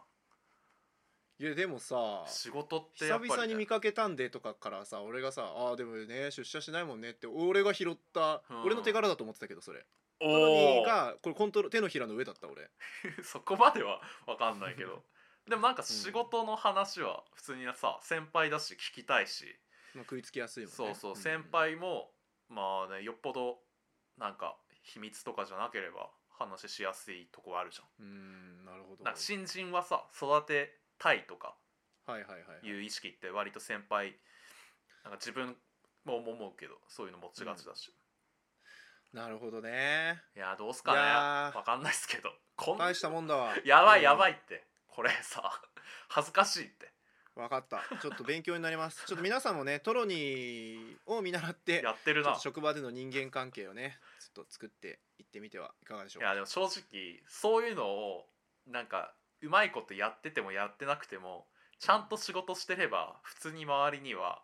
いやでもさ
仕事ってやっ
久
ぱり、ね、
々に見かけたんでとかからさ俺がさ「あーでもね出社しないもんね」って俺が拾った、
うん
俺の手柄だと思ってたけどそれ
お
トロニー
ー
がこれコントロ手のひらの上だった俺
そこまでは分かんないけ どでもなんか仕事の話は普通にさ先輩だし聞きたいし、
まあ食いつきやすいもんね
そうそう、
ん
先輩もまあねよっぽどなんか秘密とかじゃなければ話しやすいとこはあるじゃん
うんなるほど
なんか新人はさ育てたいとか
はいはいはいはい
いう意識って割と先輩なんか自分も思うけどそういうの持ちがちだし、
なるほどね
いやーどうすかね
いやー
わかんないっすけどこん
大したもんだわ
やばいやば
い、
いってこれさ恥ずかしいって
うん分かったちょっと勉強になりますちょっと皆さんもねトロニーを見習って
やってる
ちょっ
な
と職場での人間関係をねちょっと作っていってみてはいかがでしょ
いう
か
やでも正直そういうのをなんかうまいことやっててもやってなくてもちゃんと仕事してれば普通に周りには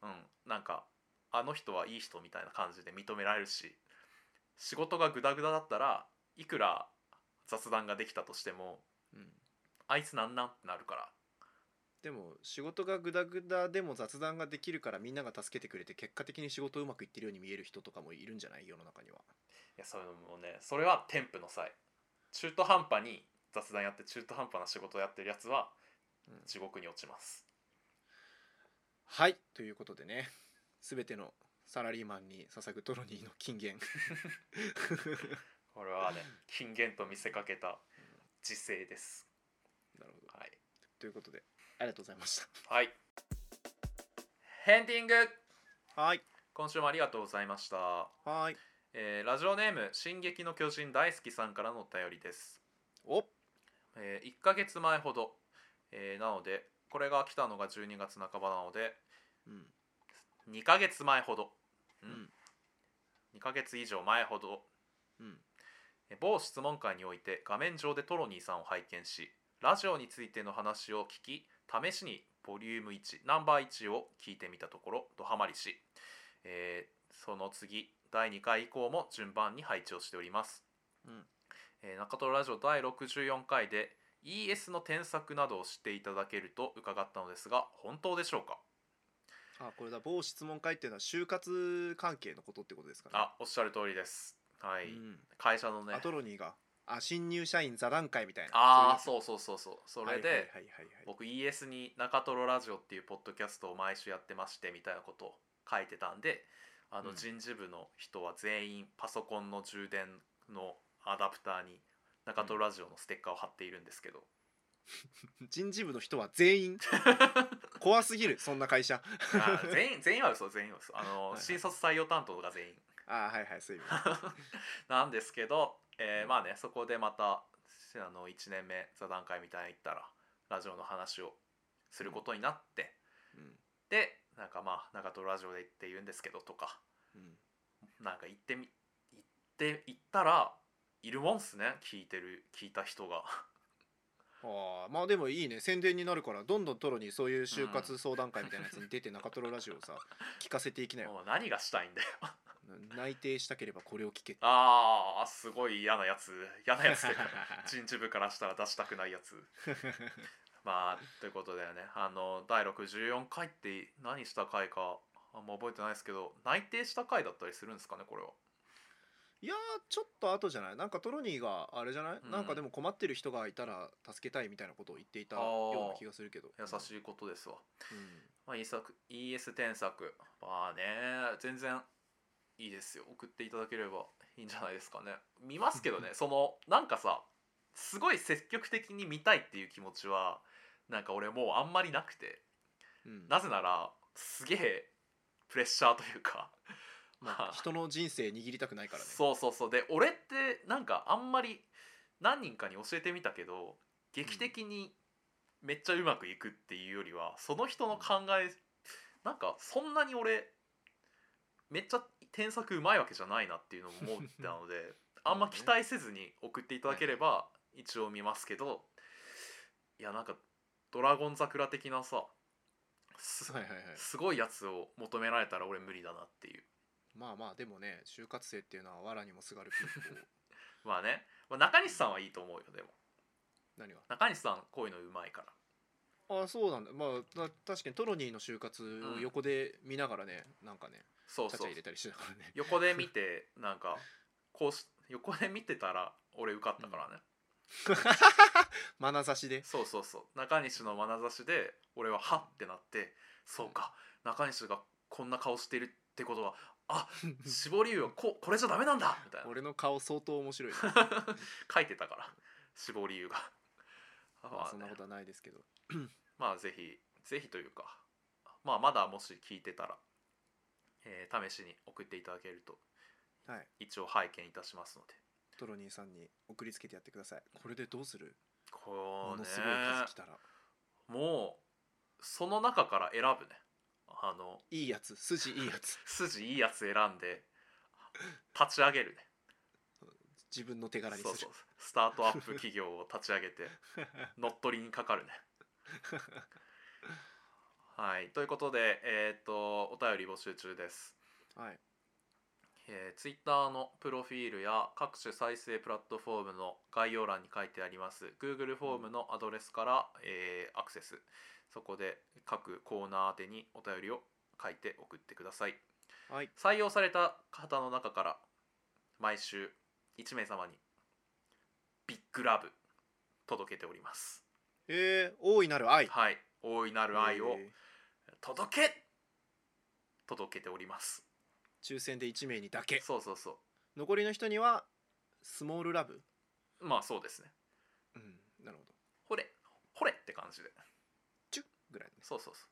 うんなんかあの人はいい人みたいな感じで認められるし仕事がグダグダだったらいくら雑談ができたとしても
うん
あいつなんなんってなるから
でも仕事がグダグダでも雑談ができるからみんなが助けてくれて結果的に仕事うまくいってるように見える人とかもいるんじゃない世の中にはい
やそれもねそれは添付の際中途半端に雑談やって中途半端な仕事やってるやつは
うん
地獄に落ちます、
はいということでね全てのサラリーマンに捧ぐトロニーの金言
これはね金言と見せかけた自制です
なるほど
はい
ということでありがとうございまし
はい。ヘンディング
たはい
今週もありがとうございました。
はい
えーラジオネーム「進撃の巨人大好き」さんからのお便りです。
お
え1ヶ月前ほど、えーなのでこれが来たのが12月半ばなので
うん
2ヶ月前ほど、う
うん
ん、2ヶ月以上前ほど
うん
えー某質問会において画面上でトロニーさんを拝見しラジオについての話を聞き試しにボリューム1ナンバー1を聞いてみたところドハマりし、えーその次第2回以降も順番に配置をしております、
うん
えー中トロラジオ第64回で ES の添削などをしていただけると伺ったのですが本当でしょうか
あこれだ某質問会っていうのは就活関係のことってことですかね
あおっしゃる通りですはい、
うん
会社のね
あトロニーがあ新入社員座談会みたいな
ああ
うい
そうそうそうそうそ
やつは
れ
い
で、
はいはいはいはい
僕 ES に「中トロラジオ」っていうポッドキャストを毎週やってましてみたいなことを書いてたんであ
う
の
ん
人事部の人は全員パソコンの充電のアダプターに中トロラジオのステッカーを貼っているんですけ ど、
人事部の人は全員怖すぎるそんな会社
あー全員全員は嘘全員は嘘あの、
はい
新卒採用担当が全員
あーはいはいすいま
なんですけど、えーまあねそこでまたあの1年目座談会みたいに行ったらラジオの話をすることになって、
せん、うん
でなんかまあ中トロラジオで言って言うんですけどとか
うん
なんか行ってみ行って行ったらいるもんっすね聞いてる聞いた人が
あーまあでもいいね宣伝になるからどんどんトロにそういう就活相談会みたいなやつに出て中トロラジオをさ聞かせて いきなよ
もう何がしたいんだよ
内定したければこれを聞け
あーすごい嫌なやつ嫌なやつという か人事部からしたら出したくないやつまあということでねあの第64回って何した回かあんま覚えてないですけど内定した回だったりするんですかねこれは。
いやーちょっと後じゃないなんかトロニーがあれじゃない、
うん
なんかでも困ってる人がいたら助けたいみたいなことを言っていた
あー
ような気がするけど
優
い、
しいことですわ。
うん
まあ、ES 作 ES 添削まあね全然いいですよ送っていただければいいんじゃないですかね見ますけ どねそのなんかさすごい積極的に見たいっていう気持ちはなんか俺もうあんまりなくて
うん
なぜならすげえプレッシャーというか
まあ、人の人生握りたくない からね
そうそうそうで俺ってなんかあんまり何人かに教えてみたけど劇的にめっちゃうまくいくっていうよりはその人の考えなんかそんなに俺めっちゃ添削うまいわけじゃないなっていうのも思ってたので あんま期待せずに送っていただければ一応見ますけどいやなんか「ドラゴン桜」的なさす
はいはいはい
すごいやつを求められたら俺無理だなっていう
まあまあでもね就活生っていうのは藁にもすがるピ ークを
まあね、まあ、中西さんはいいと思うよでも。
何が
中西さんこういうのうまいから
ああそうなんだまあた確かにトロニーの就活を横で見ながらね、なんかね
そう
ちゃ
そう
ちゃ入れたりしてたからね
横で見てなんかこうし横で見てたら俺受かったからね、
眼差しで
そうそうそう中西の眼差しで俺ははってなってそうか中西がこんな顔してるってことはあ絞り湯は ここれじゃダメなんだみたいな
俺の顔相当面白いね、
書いてたから絞り湯が
まあ
まあ
そん
ね、
なことはないですけど
まあぜひぜひというかまあまだもし聞いてたら、えー試しに送っていただけると
はい
一応拝見いたしますので
トロニーさんに送りつけてやってくださいこれでどうする
こ
も
うね
のすごい数来たら
もうその中から選ぶねあの
いいやつ筋いいやつ
筋いいやつ選んで立ち上げるね
自分の手柄にす
そう
る
そうスタートアップ企業を立ち上げて乗っ取りにかかるねはいということでえーっとお便り募集中です
はい
えー、Twitter のプロフィールや各種再生プラットフォームの概要欄に書いてあります Google フォームのアドレスから、えーアクセスそこで各コーナー宛てにお便りを書いて送ってください
はい
採用された方の中から毎週1名様にビッグラブ届けております
えー、大いなる愛
はい大いなる愛を
えー
届け届けております
抽選で1名にだけ
そうそうそ
残りの人にはスモールラブ
うまあそうですね
うんなるほど
ほれほれって感じで
チュッぐらいです
そうそうそう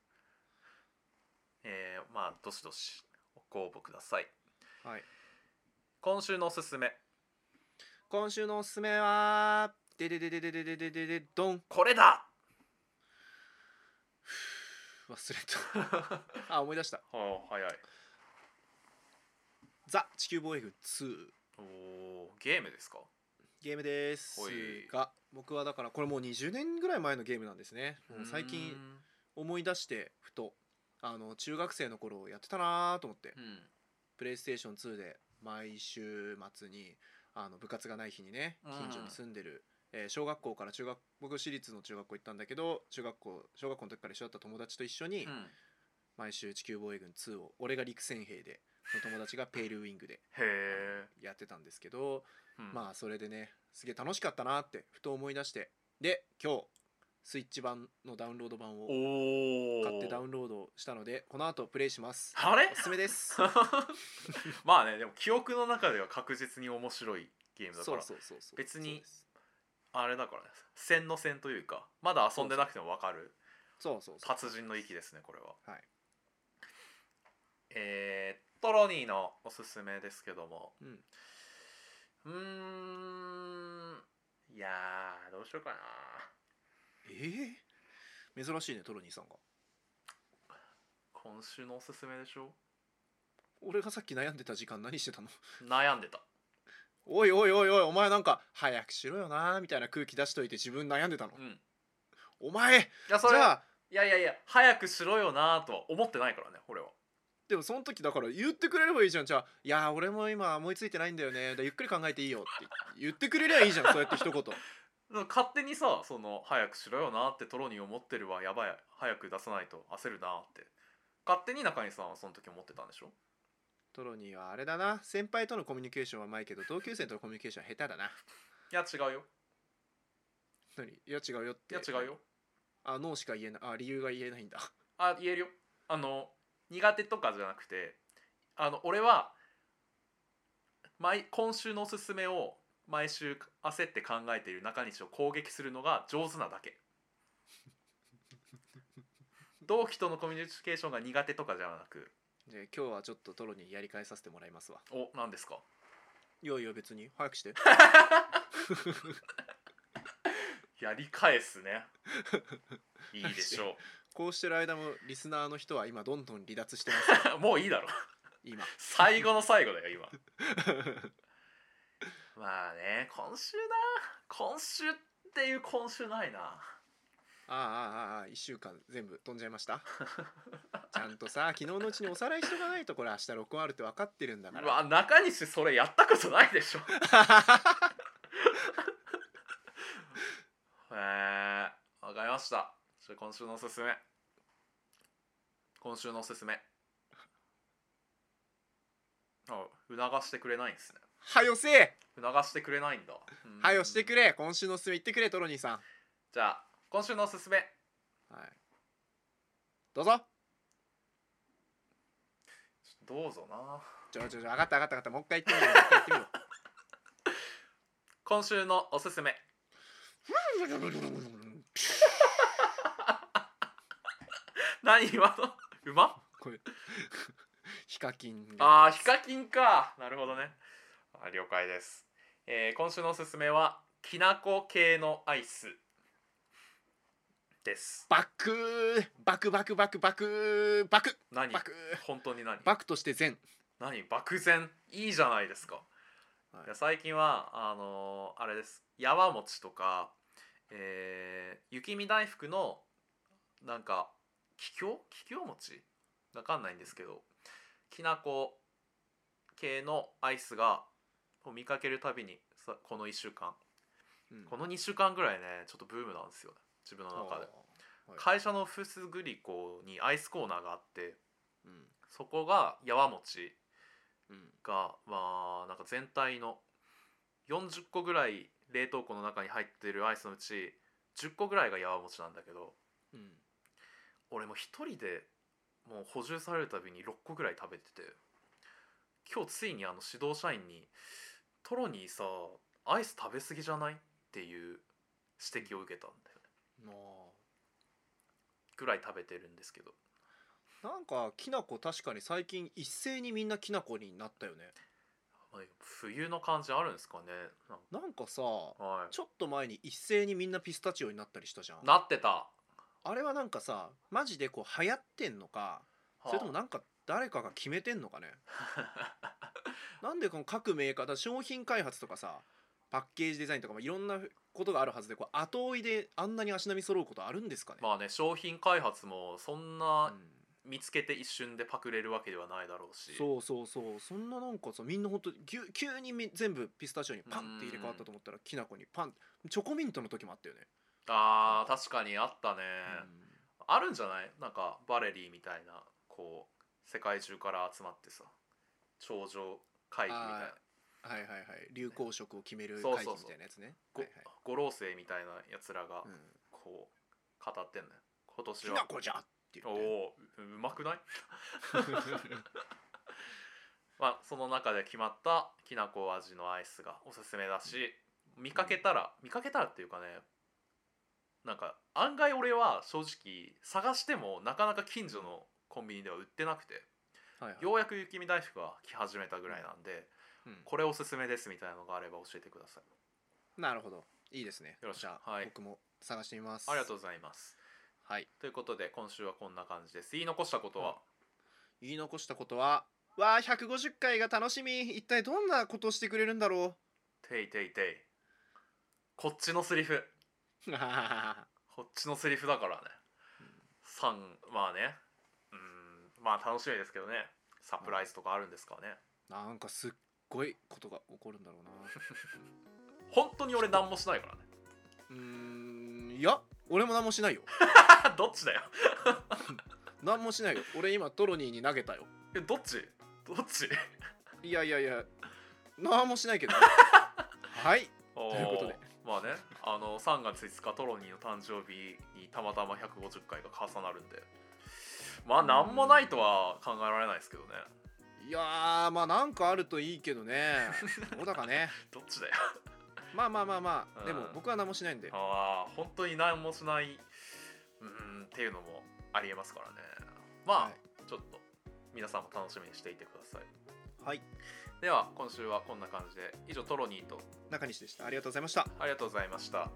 えー、まあどしどしご応募ください
はい
今週のおすすめ
今週のおすすめはででででででででででドン
これ だ
忘れた あ思い出した
はあ早い
ザ地球防衛軍2
おおゲームですか
ゲームです
ほい
が僕はだからこれもう20年ぐらい前のゲームなんですねもう最近思い出してふとあの中学生の頃やってたなーと思って
うん
プレイステーション2で毎週末にあの部活がない日にね
うん
近所に住んでる、えー小学校から中学僕私立の中学校行ったんだけど中学校小学校の時から一緒だった友達と一緒に
うん、
毎週地球防衛軍2を俺が陸戦兵でその友達がペールウィングで
へえ、
やってたんですけど、
うん
まあそれでねすげえ楽しかったなってふと思い出してで今日スイッチ版のダウンロード版を
おお
買ってダウンロードしたのでこの後プレイします
あれ
おすすめです
まあねでも記憶の中では確実に面白いゲームだか
そう
ら
そうそうそう
別に
そうです
あれだから線の線というかまだ遊んでなくても分かる
そうそうそう
達人の域ですねこれは
はい
えー、トロニーのおすすめですけども
うん
うーんいやーどうしようかな
ええ珍しいねトロニーさんが
今週のおすすめでしょ
俺がさっき悩んでた時間何してたの
悩んでた
おいおいおいおいお前なんか早くしろよなみたいな空気出しといて自分悩んでたの
うんい
お前
やそ
じ
れ
ゃ
は
あ
いやいやいや早くしろよなーとは思ってないからね俺は
でもその時だから言ってくれればいいじゃんじゃあ「いやー俺も今思いついてないんだよねだからゆっくり考えていいよ」って言ってくれりゃいいじゃんそうやって一言
でも勝手にさその早くしろよなってトロニー思ってるわやばい早く出さないと焦るなって勝手に中西さんはその時思ってたんでしょ
トロニーはあれだな先輩とのコミュニケーションはうまいけど同級生とのコミュニケーションは下手だない
や違うよ
何いや違うよっ
い
て
や違うよ
あノーしか言えないあ理由が言えないんだ
あ言えるよあの苦手とかじゃなくてあの俺は毎今週のおすすめを毎週焦って考えている中西を攻撃するのが上手なだけ同期とのコミュニケーションが苦手とかじゃなく
で今日はちょっとトロニーやり返させてもらいますわ
お何ですか
いやいや別に早くして
やり返すねいいでしょ
こうしてる間もリスナーの人は今どんどん離脱してますよ
うもういいだろ
今
最後の最後だよ今まあね今週な今週っていう今週ないな
ああああああ1週間全部飛んじゃいましたちゃんとさ昨日のうちにおさらいしとかないとこれ明日録音あるって分かってるんだか
う
ら
わ中西それやったことないでしょえー、わかりましたじゃあ今週のおすすめ今週のおすすめあ促してくれないんですね
はよせえ
促してくれないんだうん
はよしてくれ今週のおすすめ言ってくれトロニーさ
じゃあ今週のおすすめ
んはいどうぞ
どうぞな
ちょちょちょ上がった上がった上がったもう一回言ってみろもう一回言ってみろ
今週のおすすめ何今のうま
これヒカキンが
ああヒカキンかなるほどねあ了解です、えー今週のおすすめはきなこ系のアイスです
バクーバクバクバクバクバク
何
バク
本当に何
バクとして善
何漠然いいじゃないですか、
はい
いや最近はあのーあれですやわもちとか、えー雪見大福のなんか桔梗桔梗餅わかんないんですけどきなこ系のアイスがを見かけるたびにさこの1週間
うん
この2週間ぐらいねちょっとブームなんですよね自分の中で
あーはい
会社のフスグリコにアイスコーナーがあって
うん
そこがやわもち
うん
が、まあ、なんか全体の40個ぐらい冷凍庫の中に入ってるアイスのうち10個ぐらいがやわもちなんだけど
うん
俺もう一人でもう補充されるたびに6個ぐらい食べてて今日ついにあの指導社員に「トロニーさアイス食べ過ぎじゃない?」っていう指摘を受けたんだよね
まあ
ぐらい食べてるんですけど
なんかきなこ確かに最近一斉にみんなきなこになったよね
まあ冬の感じあるんですかねなん
なんかさ
かは
ちょっと前に一斉にみんなピスタチオになったりしたじゃん
いなってた、は
あれはなんかさマジでこう流行ってんのか
あ
それともなんか誰かが決めてんの かねなんでこの各メーカーだ商品開発とかさパッケージデザインとかもいろんなことがあるはずでこう後追いであんなに足並み揃うことあるんですかね、
まあね商品開発もそん
う
なん見つけて一瞬でパクれるわけではないだろうし
そうそうそうそんななんかさみんなほんと急急にみ全部ピスタチオにパンって入れ替わったと思ったらきな粉にパンチョコミントの時もあったよね、
あー確かにあったね、
うん
あるんじゃないなんかバレリーみたいなこう世界中から集まってさ頂上会議みたいな
あはいはいはい流行色を決める
そうそう
会議
そう
みたいなやつね
ご
はいはい
五老星みたいなやつらが
うん
こう語ってんのよ今
き
年
な
は
こじゃって言
おお
って
ううまくない まあその中で決まったきなこ味のアイスがおすすめだし、見かけたら見かけたらっていうかねなんか案外俺は正直探してもなかなか近所のコンビニでは売ってなくて
はいはい
ようやく雪見大福が来始めたぐらいなんで
うん
これおすすめですみたいなのがあれば教えてください
なるほどいいですね
よろしく
じゃあ、
はい
僕も探してみます
ありがとうございます
はい
ということで今週はこんな感じです言い残したことは、
言い残したことはわあ150回が楽しみ一体どんなことをしてくれるんだろ
ていていていこっちのセリフ
う は
こっちのセリフだからね3まあねうんまあ楽しみですけどねサプライズとかあるんですかね
なんかすっごいことが起こるんだろうな
本当に俺何もしないからね
うーんいや俺も何もしないよ
どっちだよ
何もしないよ俺今トロニーに投げたよ
えどっちどっ ち
いやいやいや何もしないけどねはい
と
ということで
まあねあの3月5日トロニーの誕生日にたまたま150回が重なるんでまあ何もないとは考えられないですけどね
いやーまあなんかあるといいけどねどうだかね
どっちだよ
まあまあまあまあ、
うん
でも僕は何もしないんで
ああ本当に何もしないうーんっていうのもありえますからねまあ、
は
ちょっと皆さんも楽しみにしていてください
はい
では今週はこんな感じで以上トロニーと
中西でしたありがとうございました
ありがとうございました